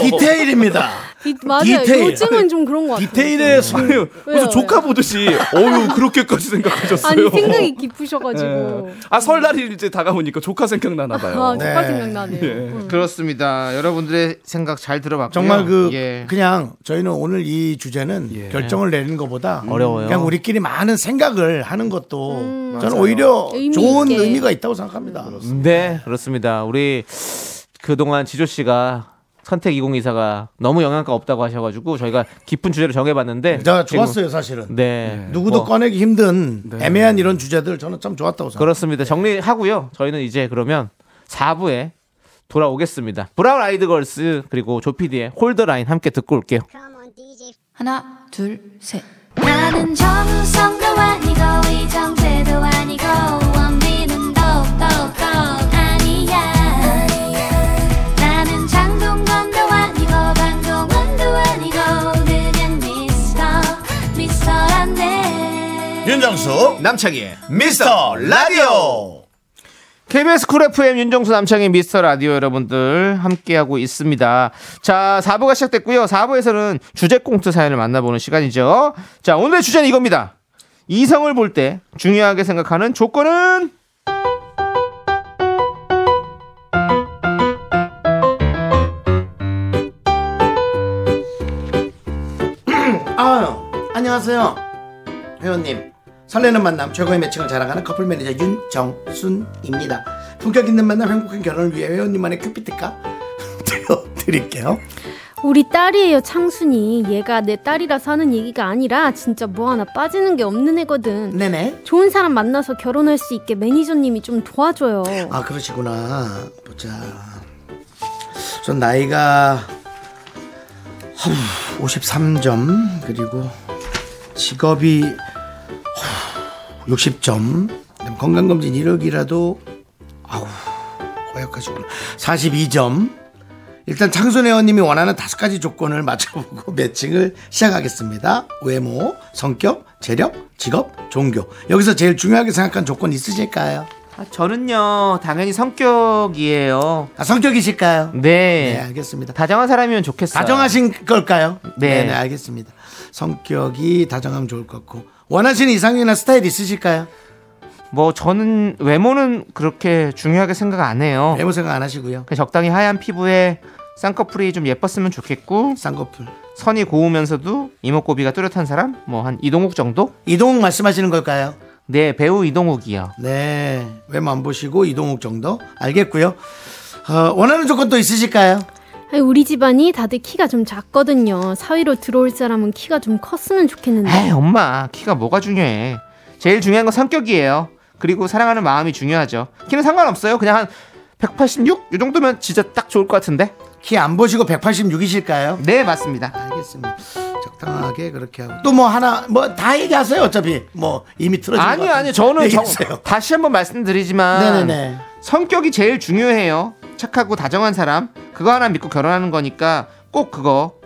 [SPEAKER 1] 디테일입니다.
[SPEAKER 7] 이- 맞아요.
[SPEAKER 1] 디테일.
[SPEAKER 7] 요즘은 좀 그런 것 같아요.
[SPEAKER 1] 디테일의 수-
[SPEAKER 6] 아유,
[SPEAKER 7] 왜요?
[SPEAKER 6] 무슨 조카 보듯이 어유 그렇게까지 생각하셨어요. 예.
[SPEAKER 7] 아니 생각이 깊으셔가지고
[SPEAKER 6] 아 설날이 이제 다가오니까 조카 생각나나 봐요.
[SPEAKER 7] 아 정말
[SPEAKER 1] 네.
[SPEAKER 7] 생각나네요.
[SPEAKER 9] 예.
[SPEAKER 2] 그, 그렇습니다. 여러분들의 생각 잘 들어봤고요.
[SPEAKER 1] 정말 그
[SPEAKER 2] 예.
[SPEAKER 1] 그냥 저희는 오늘 이 주제는 결정을 내리는 것보다
[SPEAKER 2] 어려워요.
[SPEAKER 1] 그냥 우리끼리 많은 생각을 하는 것도 저는 오히려
[SPEAKER 7] 의미
[SPEAKER 1] 좋은
[SPEAKER 7] 있게.
[SPEAKER 1] 의미가 있다고 생각합니다.
[SPEAKER 2] 네, 그렇습니다. 우리 그동안 지조 씨가 선택 2024가 너무 영향가 없다고 하셔가지고 저희가 깊은 주제를 정해봤는데
[SPEAKER 1] 제가
[SPEAKER 2] 지금-
[SPEAKER 1] 좋았어요 사실은.
[SPEAKER 2] 네,
[SPEAKER 1] 누구도
[SPEAKER 2] 뭐,
[SPEAKER 1] 꺼내기 힘든 애매한 이런 주제들 저는 참 좋았다고 생각합니다.
[SPEAKER 2] 그렇습니다. 정리하고요. 저희는 이제 그러면 4부에 돌아오겠습니다. 브라운 아이드 걸스 그리고 조피디의 홀더 라인 함께 듣고 올게요.
[SPEAKER 8] 하나, 둘, 셋.
[SPEAKER 3] 나는 정우성도 아니고 이정재도 아니고 원빈은 더욱더 아니야 나는 장동건도 아니고 방종원도 아니고 그냥 미스터 미스터란데
[SPEAKER 4] 윤정수
[SPEAKER 2] 남창희의
[SPEAKER 4] 미스터 라디오
[SPEAKER 2] KBS 쿨 FM 윤정수 남창희 미스터 라디오 여러분들 함께하고 있습니다. 자, 4부가 시작됐고요. 4부에서는 주제 꽁트 사연을 만나보는 시간이죠. 자, 오늘의 주제는 이겁니다. 이성을 볼 때 중요하게 생각하는 조건은
[SPEAKER 1] 아유, 안녕하세요. 회원님. 설레는 만남 최고의 매칭을 자랑하는 커플 매니저 윤정순입니다. 품격 있는 만남 행복한 결혼을 위해 회원님만의 큐피트카 드려드릴게요.
[SPEAKER 7] 우리 딸이에요 창순이. 얘가 내 딸이라서 하는 얘기가 아니라 진짜 뭐 하나 빠지는 게 없는 애거든.
[SPEAKER 1] 네네.
[SPEAKER 7] 좋은 사람 만나서 결혼할 수 있게 매니저님이 좀 도와줘요.
[SPEAKER 1] 아 그러시구나. 보자. 전 나이가 53점 그리고 직업이 60점 그다음 건강검진 1억이라도 아우 허약하시구나 42점 일단 창순 회원님이 원하는 다섯 가지 조건을 맞춰보고 매칭을 시작하겠습니다 외모 성격 재력 직업 종교 여기서 제일 중요하게 생각한 조건 있으실까요?
[SPEAKER 2] 아, 저는요, 당연히 성격이에요.
[SPEAKER 1] 아, 성격이실까요? 네,
[SPEAKER 2] 네.
[SPEAKER 1] 알겠습니다.
[SPEAKER 2] 다정한 사람이면 좋겠어요.
[SPEAKER 1] 다정하신 걸까요?
[SPEAKER 2] 네.
[SPEAKER 1] 네, 알겠습니다. 성격이 다정하면 좋을 것 같고 원하시는 이상형이나 스타일 있으실까요?
[SPEAKER 2] 뭐, 저는 외모는 그렇게 중요하게 생각 안 해요.
[SPEAKER 1] 외모 생각 안 하시고요.
[SPEAKER 2] 그냥 적당히 하얀 피부에 쌍꺼풀이 좀 예뻤으면 좋겠고,
[SPEAKER 1] 쌍꺼풀.
[SPEAKER 2] 선이 고우면서도 이목구비가 뚜렷한 사람 뭐 한 이동욱 정도
[SPEAKER 1] 이동욱 말씀하시는 걸까요?
[SPEAKER 2] 네, 배우 이동욱이요.
[SPEAKER 1] 네. 웬만 보시고 이동욱 정도? 알겠고요. 어, 원하는 조건 또 있으실까요?
[SPEAKER 7] 아니, 우리 집안이 다들 키가 좀 작거든요. 사위로 들어올 사람은 키가 좀 컸으면
[SPEAKER 1] 음.
[SPEAKER 7] 좋겠는데.
[SPEAKER 2] 에이, 엄마, 키가 뭐가 중요해. 제일 중요한 건 성격이에요. 그리고 사랑하는 마음이 중요하죠. 키는 상관없어요. 그냥 한 186? 이 정도면 진짜 딱 좋을 것 같은데?
[SPEAKER 1] 키 안 보시고 186이실까요?
[SPEAKER 2] 네, 맞습니다.
[SPEAKER 1] 알겠습니다. 적당하게 그렇게 하고 또 뭐 하나 뭐 다 얘기하세요 어차피 뭐 이미 틀어진
[SPEAKER 2] 아니요,
[SPEAKER 1] 것
[SPEAKER 2] 아니요. 저는 정- 아.
[SPEAKER 1] 얘기하세요.
[SPEAKER 2] 다시 한번 말씀드리지만
[SPEAKER 1] 네네네.
[SPEAKER 2] 성격이 제일 중요해요. 착하고 다정한 사람 그거 하나 믿고 결혼하는 거니까 꼭 그거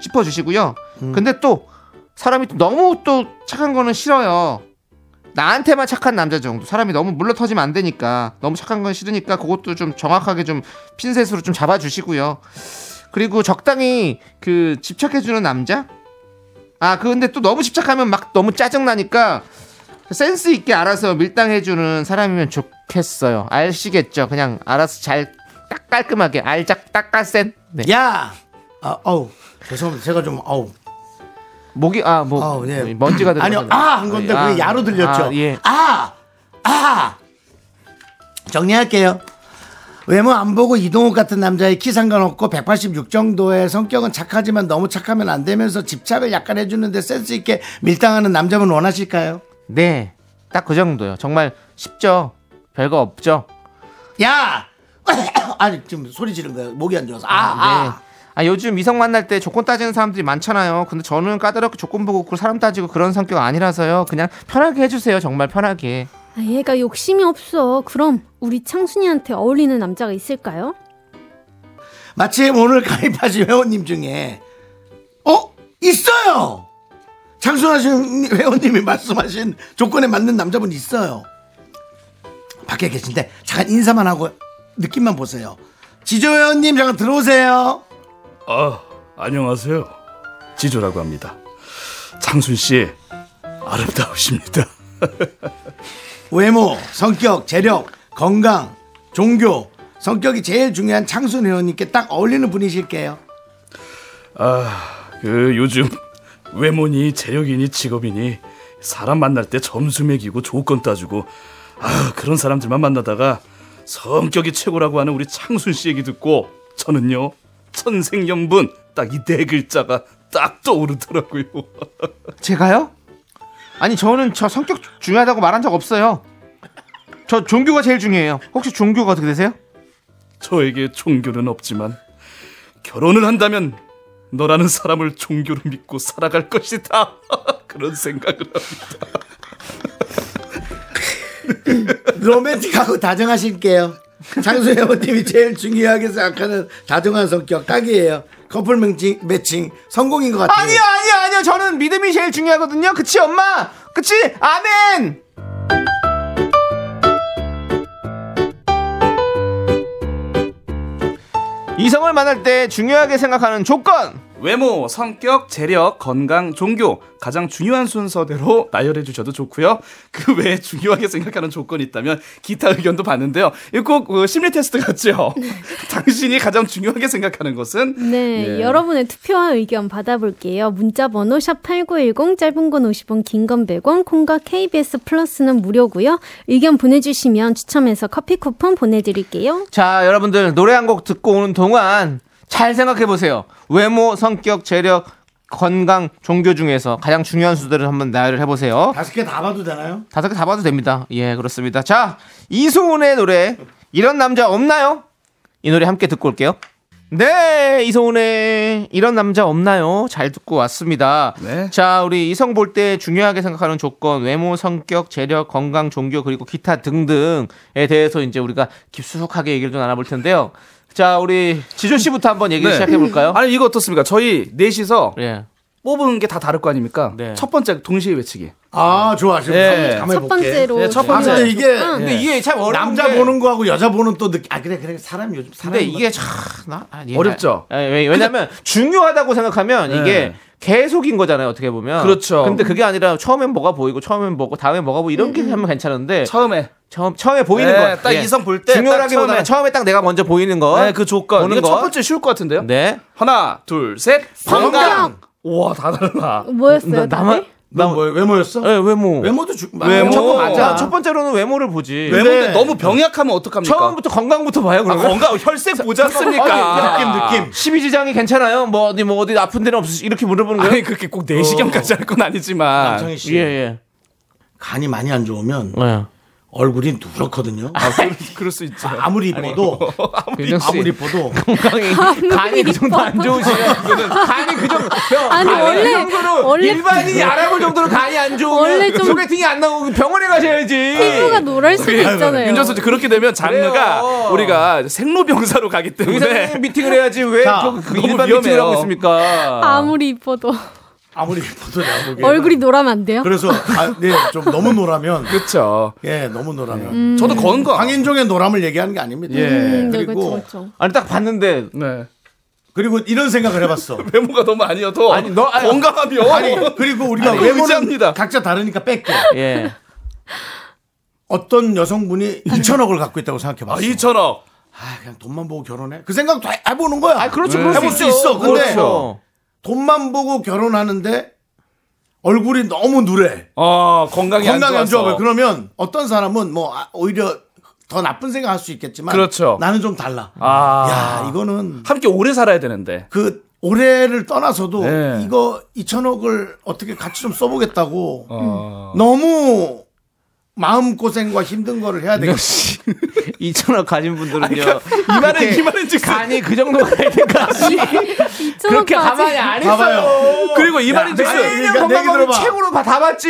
[SPEAKER 2] 짚어주시고요. 근데 또 사람이 또 너무 또 착한 거는 싫어요. 나한테만 착한 남자 정도. 사람이 너무 물러터지면 안 되니까 너무 착한 건 싫으니까 그것도 좀 정확하게 좀 핀셋으로 좀 잡아주시고요. 그리고 적당히 그 집착해주는 남자. 아 근데 또 너무 집착하면 막 너무 짜증 나니까 센스 있게 알아서 밀당해주는 사람이면 좋겠어요. 아시겠죠? 그냥 알아서 잘 딱 깔끔하게 알작 딱깔센. 네.
[SPEAKER 1] 야, 아, 어우 죄송합니다. 제가 좀 어우
[SPEAKER 2] 목이 아뭐
[SPEAKER 1] 어, 예.
[SPEAKER 2] 먼지가 들어.
[SPEAKER 1] 아니요 아 한 건데 그게 야로 들렸죠. 아,
[SPEAKER 2] 예.
[SPEAKER 1] 아, 정리할게요. 외모 안 보고 이동욱 같은 남자의 키 상관없고 186 정도의 성격은 착하지만 너무 착하면 안 되면서 집착을 약간 해주는데 센스 있게 밀당하는 남자분 원하실까요?
[SPEAKER 2] 네. 딱 그 정도요. 정말 쉽죠. 별거 없죠.
[SPEAKER 1] 야, 아니 지금 소리 지른 거예요. 목이 안 좋아서. 아,
[SPEAKER 2] 네.
[SPEAKER 1] 아.
[SPEAKER 2] 아 요즘 이성 만날 때 조건 따지는 사람들이 많잖아요. 근데 저는 까다롭게 조건 보고 그 사람 따지고 그런 성격 아니라서요. 그냥 편하게 해주세요. 정말 편하게.
[SPEAKER 7] 아, 얘가 욕심이 없어. 그럼 우리 창순이한테 어울리는 남자가 있을까요?
[SPEAKER 1] 마침 오늘 가입하신 회원님 중에 어 있어요. 장순하신 회원님이 말씀하신 조건에 맞는 남자분 있어요. 밖에 계신데 잠깐 인사만 하고 느낌만 보세요. 지조 회원님 잠깐 들어오세요.
[SPEAKER 9] 아, 안녕하세요. 지조라고 합니다. 장순 씨, 아름다우십니다.
[SPEAKER 1] 외모, 성격, 재력, 건강, 종교, 성격이 제일 중요한 창순 회원님께 딱 어울리는 분이실게요.
[SPEAKER 9] 그 요즘 외모니 재력이니 직업이니 사람 만날 때 점수 매기고 조건 따주고 아 그런 사람들만 만나다가 성격이 최고라고 하는 우리 창순 씨 얘기 듣고 저는요 천생연분 딱 이 네 글자가 딱 떠오르더라고요.
[SPEAKER 2] 제가요? 아니 저는 저 성격 중요하다고 말한 적 없어요. 저 종교가 제일 중요해요. 혹시 종교가 어떻게 되세요?
[SPEAKER 9] 저에게 종교는 없지만 결혼을 한다면 너라는 사람을 종교로 믿고 살아갈 것이다 그런 생각을 합니다.
[SPEAKER 1] 로맨틱하고 다정하실게요. 장수 회원님이 제일 중요하게 생각하는 다정한 성격 딱이에요. 커플 매칭, 매칭 성공인 것 같아요.
[SPEAKER 2] 아니요 아니요 아니요 저는 믿음이 제일 중요하거든요. 그치 엄마? 그치? 아멘. 이성을 만날 때 중요하게 생각하는 조건.
[SPEAKER 6] 외모, 성격, 재력, 건강, 종교 가장 중요한 순서대로 나열해 주셔도 좋고요. 그 외에 중요하게 생각하는 조건이 있다면 기타 의견도 봤는데요. 이거 꼭 어, 심리 테스트 같죠? 당신이 가장 중요하게 생각하는 것은
[SPEAKER 7] 네,
[SPEAKER 2] 예.
[SPEAKER 7] 여러분의 투표와 의견 받아볼게요. 문자 번호 샵 8910, 짧은 건 50원, 긴 건 100원, 콩과 KBS 플러스는 무료고요. 의견 보내주시면 추첨해서 커피 쿠폰 보내드릴게요.
[SPEAKER 2] 자, 여러분들 노래 한 곡 듣고 오는 동안 잘 생각해 보세요. 외모, 성격, 재력, 건강, 종교 중에서 가장 중요한 수들을 한번 나열을 해 보세요.
[SPEAKER 1] 다섯 개 다 봐도 되나요?
[SPEAKER 2] 다섯 개 다 봐도 됩니다. 예, 그렇습니다. 자, 이소은의 노래 이런 남자 없나요? 이 노래 함께 듣고 올게요. 네, 이소은의 이런 남자 없나요? 잘 듣고 왔습니다.
[SPEAKER 6] 네.
[SPEAKER 2] 자, 우리 이성 볼 때 중요하게 생각하는 조건, 외모, 성격, 재력, 건강, 종교 그리고 기타 등등에 대해서 이제 우리가 깊숙하게 얘기를 좀 나눠볼 텐데요. 자, 우리 지조 씨부터 한번 얘기를
[SPEAKER 6] 네.
[SPEAKER 2] 시작해 볼까요?
[SPEAKER 6] 아니 이거 어떻습니까? 저희 넷이서
[SPEAKER 2] 예.
[SPEAKER 6] 뽑은 게 다 다를 거 아닙니까?
[SPEAKER 2] 네.
[SPEAKER 6] 첫 번째 동시에 외치기.
[SPEAKER 1] 아 좋아 지금
[SPEAKER 6] 예.
[SPEAKER 1] 가만히
[SPEAKER 7] 첫 번째로.
[SPEAKER 6] 네, 첫
[SPEAKER 1] 아
[SPEAKER 6] 번째.
[SPEAKER 1] 근데 이게
[SPEAKER 2] 근데 네. 이게 참 어려운
[SPEAKER 1] 남자
[SPEAKER 2] 게-
[SPEAKER 1] 보는 거하고 여자 보는 또 느낌. 아 그래 그래 사람 요즘 사람.
[SPEAKER 2] 근데 이게 참 나- 아, 예.
[SPEAKER 6] 어렵죠?
[SPEAKER 2] 아, 왜, 왜냐면 중요하다고 생각하면 이게 계속인 거잖아요. 어떻게 보면.
[SPEAKER 6] 네. 그렇죠.
[SPEAKER 2] 근데 그게 아니라 처음엔 뭐가 보이고 처음엔 뭐고 다음에 뭐가 보이고 이런 게 하면 괜찮은데
[SPEAKER 6] 처음에
[SPEAKER 2] 처음 처음에 보이는
[SPEAKER 6] 네,
[SPEAKER 2] 거. 예.
[SPEAKER 6] 딱 이성 볼때딱
[SPEAKER 2] 중요하게
[SPEAKER 6] 처음에.
[SPEAKER 2] 보면 처음에 딱 내가 먼저 보이는 거.
[SPEAKER 6] 네, 그 조건.
[SPEAKER 2] 보는
[SPEAKER 6] 이거
[SPEAKER 2] 거.
[SPEAKER 6] 첫 번째 쉬울 것 같은데요?
[SPEAKER 2] 네.
[SPEAKER 6] 하나, 둘, 셋.
[SPEAKER 7] 건강!
[SPEAKER 6] 우와 다 다르다.
[SPEAKER 2] 나-
[SPEAKER 7] 뭐였어요?
[SPEAKER 2] 나만
[SPEAKER 7] 다들?
[SPEAKER 1] 너 뭐, 외모였어?
[SPEAKER 2] 예, 외모.
[SPEAKER 1] 외모도 주,
[SPEAKER 2] 아, 첫, 번-
[SPEAKER 6] 네, 맞아.
[SPEAKER 1] 어.
[SPEAKER 2] 아, 첫 번째로는 외모를 보지.
[SPEAKER 6] 외모인데 너무 병약하면 어떡합니까?
[SPEAKER 2] 처음부터 건강부터 봐요,
[SPEAKER 6] 아,
[SPEAKER 2] 그러면. 아,
[SPEAKER 6] 건강 혈색 모자랐습니까?
[SPEAKER 1] 느낌 느낌.
[SPEAKER 2] 12지장이 괜찮아요? 뭐 어디 뭐 어디 아픈 데는 없으시 이렇게 물어보는 거예요?
[SPEAKER 6] 아니 그렇게 꼭네 내시경까지 할 건 아니지만
[SPEAKER 1] 남창희 씨.
[SPEAKER 2] 예,
[SPEAKER 1] 간이 많이 안 좋으면
[SPEAKER 2] 예. 예.
[SPEAKER 1] 얼굴이 누렇거든요.
[SPEAKER 6] 아, 그럴 수 있죠.
[SPEAKER 1] 아무리 이뻐도
[SPEAKER 2] 윤정 씨.
[SPEAKER 1] 아무리 이뻐도
[SPEAKER 2] 건강이 간이 그 정도 안 좋으시면 그거는 간이 그 정도 형,
[SPEAKER 7] 아니,
[SPEAKER 2] 간이
[SPEAKER 7] 원래-
[SPEAKER 2] 그 정도로
[SPEAKER 7] 원래-
[SPEAKER 2] 일반인이 알아볼 정도로 간이 안
[SPEAKER 7] 원래
[SPEAKER 2] 좋으면
[SPEAKER 7] 좀-
[SPEAKER 2] 소개팅이 안 나오고 병원에 가셔야지.
[SPEAKER 7] 피부가 노랄 수도 있잖아요.
[SPEAKER 6] 윤정수 씨 그렇게 되면 장르가
[SPEAKER 2] 그래요.
[SPEAKER 6] 우리가 생로병사로 가기 때문에
[SPEAKER 2] 의사님 그 미팅을 해야지 왜
[SPEAKER 1] 자,
[SPEAKER 2] 그, 그
[SPEAKER 6] 네. 너무
[SPEAKER 2] 일반
[SPEAKER 6] 위험해요.
[SPEAKER 2] 미팅을 하고 있습니까?
[SPEAKER 7] 아무리 이뻐도
[SPEAKER 1] 아무리 이뻐도 나보게.
[SPEAKER 7] 얼굴이 노라면 안 돼요?
[SPEAKER 1] 예. 그래서 아, 네, 좀 너무 노라면
[SPEAKER 6] 그렇죠.
[SPEAKER 1] 예 너무 노라면
[SPEAKER 6] 저도 건강.
[SPEAKER 1] 강인종의 노람을 얘기하는 게 아닙니다.
[SPEAKER 7] 음, 네, 그렇죠,
[SPEAKER 1] 그리고
[SPEAKER 7] 그렇죠.
[SPEAKER 2] 아니 딱 봤는데
[SPEAKER 6] 네.
[SPEAKER 1] 그리고 이런 생각을 해봤어.
[SPEAKER 6] 외모가 너무 아니어도
[SPEAKER 2] 아니, 너- 아니,
[SPEAKER 6] 뭐, 건강하며
[SPEAKER 1] 아니 그리고 우리가
[SPEAKER 6] 아니,
[SPEAKER 1] 외모는
[SPEAKER 6] 의지합니다.
[SPEAKER 1] 각자 다르니까 뺄게.
[SPEAKER 2] 예.
[SPEAKER 1] 어떤 여성분이 2천억을 갖고 있다고 생각해봤어.
[SPEAKER 6] 2천억.
[SPEAKER 1] 아, 그냥 돈만 보고 결혼해? 그 생각도 해- 해보는 거야.
[SPEAKER 2] 아 그렇죠.
[SPEAKER 6] 네.
[SPEAKER 2] 그럴
[SPEAKER 1] 해볼 수
[SPEAKER 2] 있죠.
[SPEAKER 1] 있어. 근데
[SPEAKER 2] 그렇죠.
[SPEAKER 1] 돈만 보고 결혼하는데 얼굴이 너무 누래.
[SPEAKER 6] 어 건강이
[SPEAKER 1] 건강이 안
[SPEAKER 6] 좋아서.
[SPEAKER 1] 좋아. 그러면 어떤 사람은 뭐 아, 오히려 더 나쁜 생각할 수 있겠지만
[SPEAKER 6] 그렇죠.
[SPEAKER 1] 나는 좀 달라.
[SPEAKER 6] 아
[SPEAKER 1] 야, 이거는
[SPEAKER 6] 함께 오래 살아야 되는데.
[SPEAKER 1] 그 올해를 떠나서도
[SPEAKER 6] 네.
[SPEAKER 1] 이거 2천억을 어떻게 같이 좀 써보겠다고
[SPEAKER 6] 어.
[SPEAKER 1] 너무 마음고생과 힘든 거를 해야 되겠어.
[SPEAKER 6] 네.
[SPEAKER 2] 2천억 가진 분들은요.
[SPEAKER 6] 이만은
[SPEAKER 2] 이렇게
[SPEAKER 6] 이만은 즉슨
[SPEAKER 2] 간이 그 정도 갈 때까지 그렇게 가만히 안 있어요.
[SPEAKER 6] 그리고
[SPEAKER 1] 야,
[SPEAKER 6] 이만은
[SPEAKER 1] 아니,
[SPEAKER 6] 즉슨
[SPEAKER 1] 그러니까 내 얘기
[SPEAKER 2] 건강검진
[SPEAKER 1] 들어봐.
[SPEAKER 2] 최고로 봐- 다 봤지.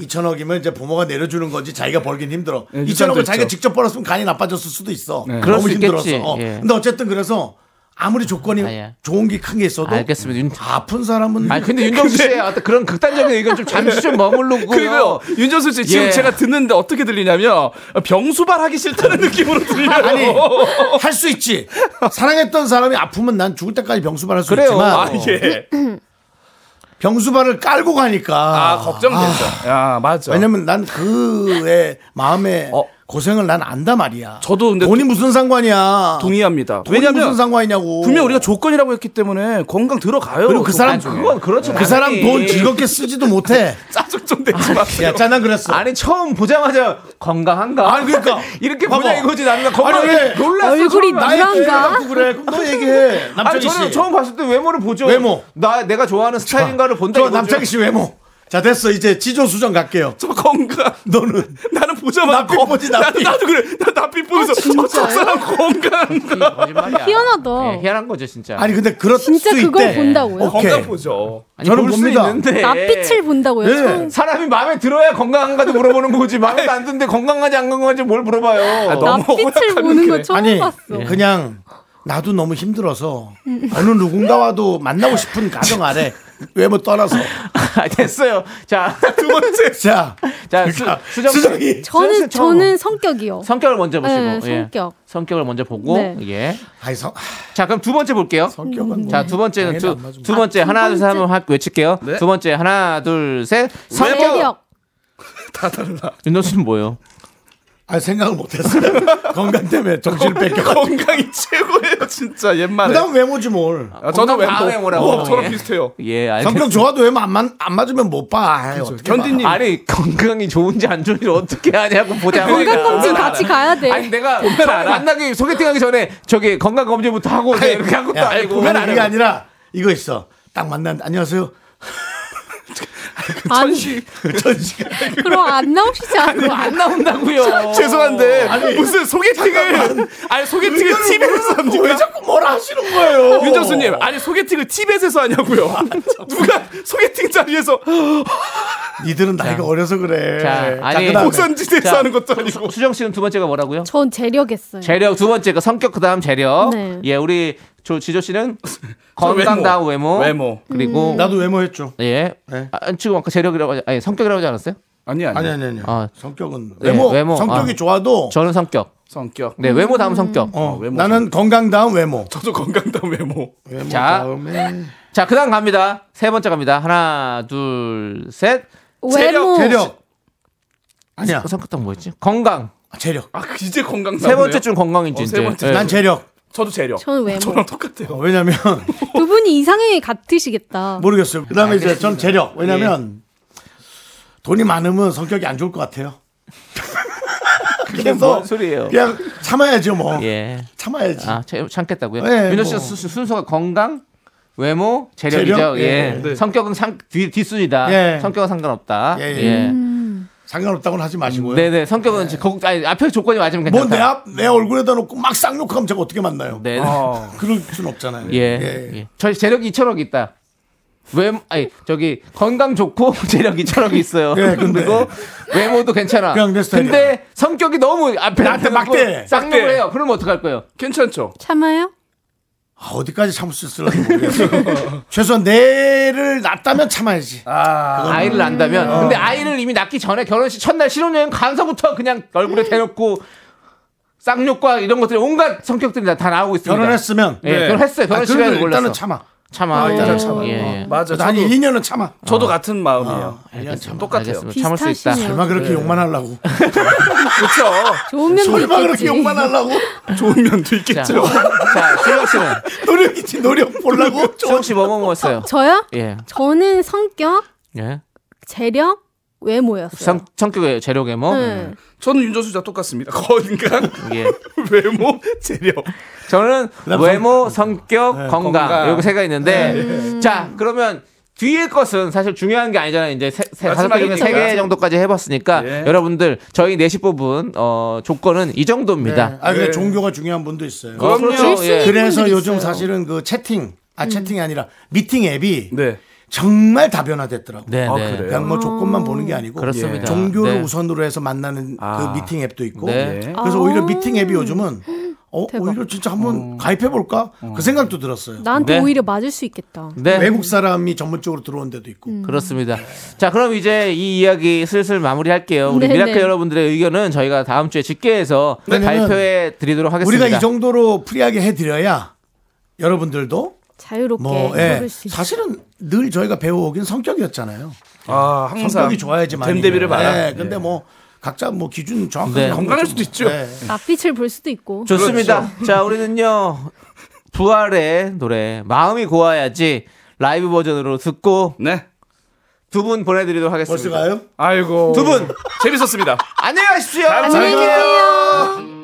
[SPEAKER 1] 2천억이면 이제 부모가 내려주는 거지 자기가 벌긴 힘들어.
[SPEAKER 6] 예,
[SPEAKER 1] 2천억을
[SPEAKER 6] 일단도
[SPEAKER 1] 자기가
[SPEAKER 6] 있죠. 네.
[SPEAKER 1] 직접 벌었으면 간이 나빠졌을 수도 있어.
[SPEAKER 2] 그럴
[SPEAKER 1] 너무
[SPEAKER 2] 수
[SPEAKER 1] 힘들었어.
[SPEAKER 2] 있겠지.
[SPEAKER 1] 어.
[SPEAKER 2] 예.
[SPEAKER 1] 근데 어쨌든 그래서 아무리 조건이
[SPEAKER 2] 아, 예.
[SPEAKER 1] 좋은 게 큰 게 있어도
[SPEAKER 2] 알겠습니다. 윤...
[SPEAKER 1] 아픈 사람은
[SPEAKER 2] 아 근데 윤정수 씨의 어떤 그런 극단적인 의견 좀 잠시 좀 머무르고요.
[SPEAKER 6] 그리고요 윤정수 씨 지금
[SPEAKER 2] 예.
[SPEAKER 6] 제가 듣는데 어떻게 들리냐면 병수발 하기 싫다는 느낌으로 들려요.
[SPEAKER 1] 음. 아니 할 수 있지. 사랑했던 사람이 아프면 난 죽을 때까지 병수발 할 수
[SPEAKER 2] 그래요.
[SPEAKER 1] 있지만
[SPEAKER 6] 아 예.
[SPEAKER 1] 병수발을 깔고 가니까
[SPEAKER 6] 아 걱정됐죠. 아 맞아.
[SPEAKER 1] 왜냐면 난 그의 마음에
[SPEAKER 6] 어.
[SPEAKER 1] 고생을 난 안다 말이야.
[SPEAKER 6] 저도 근데
[SPEAKER 1] 돈이 무슨 상관이야.
[SPEAKER 6] 동의합니다.
[SPEAKER 1] 돈이
[SPEAKER 6] 왜냐면
[SPEAKER 1] 무슨 상관이냐고.
[SPEAKER 6] 분명 우리가 조건이라고 했기 때문에 건강 들어가요. 예.
[SPEAKER 1] 그리고 그 사람
[SPEAKER 2] 아니, 그건 그렇지.
[SPEAKER 1] 그 사람
[SPEAKER 2] 당연히.
[SPEAKER 1] 돈 즐겁게 쓰지도 못해.
[SPEAKER 6] 짜증 좀 내지 마세요.
[SPEAKER 1] 야, 짜난 그랬어.
[SPEAKER 2] 아니 처음 보자마자 건강한가?
[SPEAKER 1] 아니, 그러니까.
[SPEAKER 2] 이렇게
[SPEAKER 1] 봐봐.
[SPEAKER 2] 보자 이거지 나는 건강
[SPEAKER 1] 아니, 왜?
[SPEAKER 2] 놀랐어.
[SPEAKER 7] 얼굴이
[SPEAKER 2] 처음에.
[SPEAKER 1] 나의
[SPEAKER 7] 누란가?
[SPEAKER 1] 기회라고 그래. 그럼 너 얘기해.
[SPEAKER 2] 아니
[SPEAKER 1] 남창희
[SPEAKER 2] 저는
[SPEAKER 1] 씨.
[SPEAKER 2] 처음 봤을 때 외모를 보죠.
[SPEAKER 1] 외모.
[SPEAKER 2] 나 내가 좋아하는 스타일인가를
[SPEAKER 1] 저
[SPEAKER 2] 본다. 이거죠.
[SPEAKER 1] 남창희 씨 외모. 자, 됐어. 이제 지조 수정 갈게요.
[SPEAKER 6] 저 건강.
[SPEAKER 1] 너는
[SPEAKER 6] 나는 보자마자
[SPEAKER 1] 나빛 아,
[SPEAKER 6] 건-
[SPEAKER 1] 보지,
[SPEAKER 6] 나도
[SPEAKER 1] 나빛.
[SPEAKER 6] 나도 그래. 나빛 보면서 저 사람 건강.
[SPEAKER 2] 음, 거짓말이야.
[SPEAKER 7] 희한하다.
[SPEAKER 2] 예, 희한한 거죠 진짜.
[SPEAKER 1] 아니 근데 그럴
[SPEAKER 7] 진짜
[SPEAKER 1] 수
[SPEAKER 7] 그걸
[SPEAKER 1] 있대.
[SPEAKER 7] 본다고요?
[SPEAKER 1] 오케이.
[SPEAKER 6] 건강 보죠.
[SPEAKER 2] 아니,
[SPEAKER 1] 저는
[SPEAKER 2] 볼수
[SPEAKER 1] 봅니다.
[SPEAKER 2] 있는데.
[SPEAKER 7] 낯빛을 본다고요?
[SPEAKER 2] 예.
[SPEAKER 1] 네.
[SPEAKER 7] 처음
[SPEAKER 2] 사람이 마음에 들어야 건강한가도 물어보는 거지. 마음에 안 드는데 건강한지 안 건강한지 뭘 물어봐요.
[SPEAKER 7] 낯빛을 보는 거 처음
[SPEAKER 1] 아니 예.
[SPEAKER 7] 봤어.
[SPEAKER 1] 그냥 나도 너무 힘들어서 어느 누군가와도 만나고 싶은 가정 아래 외모 떠나서
[SPEAKER 2] 아, 됐어요. 자,
[SPEAKER 1] 두 번째 자,
[SPEAKER 2] 자 수, 수정 씨.
[SPEAKER 1] 그러니까 수정이
[SPEAKER 2] 수정
[SPEAKER 7] 저는
[SPEAKER 2] 씨 처음.
[SPEAKER 7] 저는 성격이요.
[SPEAKER 2] 성격을 먼저 보시고
[SPEAKER 7] 네,
[SPEAKER 2] 예.
[SPEAKER 7] 성격.
[SPEAKER 2] 성격을 먼저 보고
[SPEAKER 7] 네.
[SPEAKER 2] 예.
[SPEAKER 1] 아니 성, 아,
[SPEAKER 2] 자 그럼 두 번째 볼게요.
[SPEAKER 7] 음.
[SPEAKER 1] 성격은 뭐.
[SPEAKER 2] 자 두 번째는
[SPEAKER 1] 당연히
[SPEAKER 2] 두,
[SPEAKER 1] 안 맞으면. 네.
[SPEAKER 2] 두 번째 하나 둘셋 한번 확 외칠게요. 두 번째 하나 둘셋
[SPEAKER 7] 매력.
[SPEAKER 2] 윤정 씨는 뭐예요?
[SPEAKER 1] 아 생각을 못했어요. 건강 때문에 정신을 뺏겨.
[SPEAKER 6] 어, 건강이 최고예요 진짜 옛말에.
[SPEAKER 1] 그다음 외모지 뭘.
[SPEAKER 6] 아, 저도
[SPEAKER 2] 건강 다음에
[SPEAKER 6] 왼쪽.
[SPEAKER 2] 뭐라고.
[SPEAKER 6] 어, 저랑
[SPEAKER 2] 예.
[SPEAKER 6] 비슷해요.
[SPEAKER 2] 예 알겠습니다.
[SPEAKER 1] 성격 좋아도 외모 안, 맞- 안 맞으면 못 봐. 아이, 어떻게
[SPEAKER 6] 견디님.
[SPEAKER 2] 아니 건강이 좋은지 안 좋은지 어떻게 하냐고 보자고. 그러니까
[SPEAKER 7] 건강검진 같이 가야 돼.
[SPEAKER 2] 아니 내가 처음에 만나기 소개팅하기 전에 저기 건강 검진부터 하고
[SPEAKER 1] 봐.
[SPEAKER 2] 내가 이렇게 한 것도
[SPEAKER 1] 야,
[SPEAKER 2] 아니고
[SPEAKER 1] 보면 아는 게 아니라 이거 있어. 딱 만난 안녕하세요.
[SPEAKER 7] 아니
[SPEAKER 1] 전시가
[SPEAKER 7] 그럼 안 나오시지 않아요?
[SPEAKER 2] 안 나온다고요.
[SPEAKER 6] 죄송한데
[SPEAKER 1] 아니.
[SPEAKER 6] 무슨 소개팅을 아니 소개팅을 TV에서
[SPEAKER 1] 왜
[SPEAKER 6] 합니까?
[SPEAKER 1] 자꾸 뭐라 하시는 거예요?
[SPEAKER 6] 윤정수님 아니 소개팅을 티벳에서 하냐고요 누가 소개팅 자리에서
[SPEAKER 1] 니들은 나이가 어려서 그래.
[SPEAKER 2] 자,
[SPEAKER 1] 자,
[SPEAKER 2] 아니,
[SPEAKER 1] 그다음에
[SPEAKER 6] 공산지대에서
[SPEAKER 2] 자,
[SPEAKER 6] 네, 하는 것도 아니고
[SPEAKER 2] 수정 씨는 두 번째가 뭐라고요?
[SPEAKER 7] 전 재력했어요.
[SPEAKER 2] 재력 두 번째가 성격 그다음 재력.
[SPEAKER 7] 네.
[SPEAKER 2] 예, 우리 조 지조 씨는 건강
[SPEAKER 6] 외모.
[SPEAKER 2] 다음 외모.
[SPEAKER 6] 외모.
[SPEAKER 7] 음.
[SPEAKER 2] 그리고
[SPEAKER 1] 나도 외모했죠.
[SPEAKER 2] 예.
[SPEAKER 1] 네.
[SPEAKER 2] 아, 지금 아까 재력이라고 하지, 아니 성격이라고 하지 않았어요?
[SPEAKER 6] 아니 아니
[SPEAKER 1] 아니 아니 아니.
[SPEAKER 2] 아.
[SPEAKER 1] 성격은
[SPEAKER 2] 네,
[SPEAKER 1] 외모,
[SPEAKER 2] 외모.
[SPEAKER 1] 성격이
[SPEAKER 2] 아.
[SPEAKER 1] 좋아도
[SPEAKER 2] 저는 성격.
[SPEAKER 6] 성격
[SPEAKER 2] 네, 외모 다음 성격.
[SPEAKER 1] 어,
[SPEAKER 6] 외모
[SPEAKER 1] 나는 건강 다음 외모.
[SPEAKER 6] 저도 건강담 뭐. 외모
[SPEAKER 1] 외모
[SPEAKER 2] 자.
[SPEAKER 1] 다음에
[SPEAKER 2] 자, 그다음 갑니다. 세 번째 갑니다. 하나, 둘, 셋.
[SPEAKER 7] 외모.
[SPEAKER 1] 재력. 아니야.
[SPEAKER 2] 성격 딱 뭐였지? 건강.
[SPEAKER 1] 재력.
[SPEAKER 6] 아 이제 건강담
[SPEAKER 2] 세 번째 줄 건강인지
[SPEAKER 6] 어, 세
[SPEAKER 2] 이제.
[SPEAKER 6] 번째.
[SPEAKER 2] 예.
[SPEAKER 1] 난 재력.
[SPEAKER 6] 저도 재력
[SPEAKER 7] 저는 외모.
[SPEAKER 6] 저랑 똑같아요
[SPEAKER 1] 어, 왜냐면
[SPEAKER 7] 두 분이 이상형이 같으시겠다.
[SPEAKER 1] 뭐?
[SPEAKER 2] 아, 예.
[SPEAKER 1] 모르겠어요. 그다음에 이제 전 재력. 왜냐면 돈이 많으면 성격이 안 좋을 것 같아요.
[SPEAKER 2] 뭔 소리예요?
[SPEAKER 1] 그냥 참아야죠 뭐.
[SPEAKER 2] 예.
[SPEAKER 1] 참아야지.
[SPEAKER 2] 아, 참- 참겠다고요?
[SPEAKER 1] 예,
[SPEAKER 2] 윤정 씨
[SPEAKER 1] 뭐.
[SPEAKER 2] 순서가 건강, 외모, 재력이죠.
[SPEAKER 1] 재력?
[SPEAKER 2] 예.
[SPEAKER 1] 예.
[SPEAKER 2] 네. 성격은 상, 뒤, 뒷순이다.
[SPEAKER 1] 예.
[SPEAKER 2] 성격은 상관없다.
[SPEAKER 1] 예,
[SPEAKER 2] 예.
[SPEAKER 1] 예. 상관없다고는 하지 마시고요.
[SPEAKER 2] 네네. 성격은 이제 거기, 아니, 앞에 조건이 맞으면 괜찮다.
[SPEAKER 6] 네.
[SPEAKER 1] 뭐 내 앞 내 얼굴에다 놓고 막 쌍욕하면 제가 어떻게 만나요? 아,
[SPEAKER 2] 네.
[SPEAKER 1] 그럴 순 없잖아요.
[SPEAKER 2] 예. 예. 저 재력이 2천억 있다. 외모, 아니, 저기, 건강 좋고 재력이 2천억 있어요.
[SPEAKER 1] 예, 근데.
[SPEAKER 2] 그리고 외모도 괜찮아.
[SPEAKER 1] 그냥 내 스타일이야.
[SPEAKER 2] 근데 성격이 너무 앞에
[SPEAKER 1] 나한테
[SPEAKER 2] 나타나고
[SPEAKER 1] 막대.
[SPEAKER 2] 쌍욕을
[SPEAKER 6] 막대.
[SPEAKER 2] 해요. 그러면 어떡할 거예요?
[SPEAKER 6] 괜찮죠?
[SPEAKER 7] 참아요?
[SPEAKER 1] 아, 어디까지 참을 수 있을지 모르겠어요. 최소한 내를 낳았다면 참아야지. 어.
[SPEAKER 2] 아이를 낳는다면 근데 아이를 이미 낳기 전에 결혼식 첫날 신혼여행 간서부터 그냥 얼굴에 대놓고 쌍욕과 이런 것들이 온갖 성격들이 다- 다 나오고
[SPEAKER 6] 그러니까.
[SPEAKER 2] 있습니다.
[SPEAKER 1] 결혼했으면.
[SPEAKER 2] 예, 결혼했어요. 결혼
[SPEAKER 1] 아, 그래도
[SPEAKER 2] 시간을 몰랐어.
[SPEAKER 1] 일단은 참아.
[SPEAKER 2] 참아.
[SPEAKER 1] 일단은
[SPEAKER 2] 예,
[SPEAKER 1] 참아.
[SPEAKER 2] 예, 예.
[SPEAKER 6] 맞아.
[SPEAKER 1] 한
[SPEAKER 6] 저도,
[SPEAKER 1] 2년은 참아.
[SPEAKER 6] 저도 같은 마음이에요.
[SPEAKER 2] 알겠습니다.
[SPEAKER 6] 똑같아요.
[SPEAKER 2] 알겠습니다. 참을 수 있다.
[SPEAKER 7] 비슷하시네요.
[SPEAKER 1] 얼마 그렇게 욕만 하려고.
[SPEAKER 6] 그렇죠.
[SPEAKER 7] 좋은 면도
[SPEAKER 1] 설마 그렇게
[SPEAKER 7] 있겠지.
[SPEAKER 1] 욕만 하려고?
[SPEAKER 6] 좋은 면도
[SPEAKER 2] 자,
[SPEAKER 6] 있겠죠.
[SPEAKER 2] 자, 수영 씨는
[SPEAKER 1] 노력이지 노력 보려고?
[SPEAKER 2] 수영 씨뭐 먹었어요?
[SPEAKER 7] 저요?
[SPEAKER 2] 예,
[SPEAKER 7] 저는 성격,
[SPEAKER 2] 예.
[SPEAKER 7] 재력, 외모였어요.
[SPEAKER 2] 성 성격의 재력의 뭐.
[SPEAKER 7] 네.
[SPEAKER 6] 저는 윤정수 씨와 똑같습니다. 건강,
[SPEAKER 2] 예.
[SPEAKER 6] 외모, 재력.
[SPEAKER 2] 저는
[SPEAKER 1] 그다음
[SPEAKER 2] 외모, 성격, 건강,
[SPEAKER 6] 건강.
[SPEAKER 2] 여기 세가 있는데
[SPEAKER 7] 음.
[SPEAKER 2] 자 그러면 뒤에 것은 사실 중요한 게 아니잖아요. 이제 세, 세, 다섯 개
[SPEAKER 6] 마지막이니까.
[SPEAKER 2] 중에 세개 정도까지 해봤으니까
[SPEAKER 6] 예.
[SPEAKER 2] 여러분들 저희 네 내시 뽑은 어, 조건은 이 정도입니다.
[SPEAKER 1] 아, 근데
[SPEAKER 6] 예.
[SPEAKER 1] 종교가 중요한 분도 있어요.
[SPEAKER 2] 어, 그렇죠.
[SPEAKER 7] 실수인
[SPEAKER 2] 예.
[SPEAKER 1] 그래서
[SPEAKER 7] 분들이
[SPEAKER 1] 요즘
[SPEAKER 7] 있어요.
[SPEAKER 1] 사실은 그 채팅, 아
[SPEAKER 2] 음.
[SPEAKER 1] 채팅이 아니라 미팅 앱이
[SPEAKER 6] 네.
[SPEAKER 1] 정말 다변화됐더라고요.
[SPEAKER 2] 네,
[SPEAKER 6] 아,
[SPEAKER 2] 네.
[SPEAKER 6] 그래요?
[SPEAKER 1] 그냥 뭐 조건만 보는 게 아니고
[SPEAKER 2] 그렇습니다.
[SPEAKER 1] 종교를
[SPEAKER 2] 네.
[SPEAKER 1] 우선으로 해서 만나는
[SPEAKER 6] 아.
[SPEAKER 1] 그 미팅 앱도 있고
[SPEAKER 2] 네.
[SPEAKER 1] 그래서
[SPEAKER 7] 아.
[SPEAKER 1] 오히려 미팅 앱이 요즘은 어, 오히려 진짜 한번 가입해 볼까 그 생각도 들었어요.
[SPEAKER 7] 나한테
[SPEAKER 2] 네.
[SPEAKER 7] 오히려 맞을 수 있겠다.
[SPEAKER 2] 네.
[SPEAKER 1] 외국 사람이 전문적으로 들어온 데도 있고
[SPEAKER 7] 음.
[SPEAKER 2] 그렇습니다. 자, 그럼 이제 이 이야기 슬슬 마무리할게요. 우리
[SPEAKER 7] 네,
[SPEAKER 2] 미라클
[SPEAKER 7] 네.
[SPEAKER 2] 여러분들의 의견은 저희가 다음 주에 집계해서
[SPEAKER 1] 왜냐면
[SPEAKER 2] 발표해 드리도록 하겠습니다.
[SPEAKER 1] 우리가 이 정도로 프리하게 해드려야 여러분들도
[SPEAKER 7] 자유롭게
[SPEAKER 1] 뭐
[SPEAKER 7] 걸을
[SPEAKER 1] 예,
[SPEAKER 7] 네, 수 있다.
[SPEAKER 1] 사실은 늘 저희가 배워오긴 성격이었잖아요.
[SPEAKER 6] 아, 항상
[SPEAKER 1] 성격이 좋아야지만
[SPEAKER 6] 댐데비를 봐라.
[SPEAKER 1] 예, 근데 뭐 각자 뭐 기준 정확하게
[SPEAKER 2] 네.
[SPEAKER 1] 나온
[SPEAKER 6] 건강할
[SPEAKER 1] 거죠.
[SPEAKER 6] 수도 있죠.
[SPEAKER 1] 예.
[SPEAKER 7] 앞빛을 볼 수도 있고.
[SPEAKER 2] 좋습니다. 자, 우리는요. 부활의 노래 마음이 고와야지 라이브 버전으로 듣고
[SPEAKER 6] 네.
[SPEAKER 2] 두 분 보내드리도록 하겠습니다.
[SPEAKER 1] 벌써 가요?
[SPEAKER 6] 아이고.
[SPEAKER 2] 두 분
[SPEAKER 6] 재밌었습니다.
[SPEAKER 2] 안녕히 가십시오.
[SPEAKER 7] 안녕히 계세요.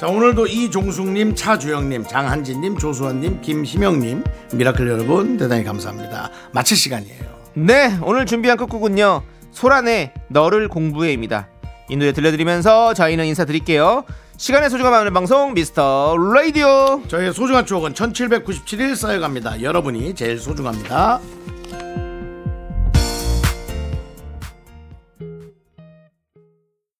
[SPEAKER 1] 자 오늘도 이종숙님, 차주영님, 장한진님, 조수환님, 김희명님 미라클 여러분 대단히 감사합니다. 마칠 시간이에요.
[SPEAKER 2] 네, 오늘 준비한 끝곡은요. 소란의 너를 공부해입니다. 이 노래 들려드리면서 저희는 인사드릴게요. 시간의 소중함 하는 방송 미스터 라디오.
[SPEAKER 1] 저의 소중한 추억은 1797일 쌓여갑니다. 여러분이 제일 소중합니다.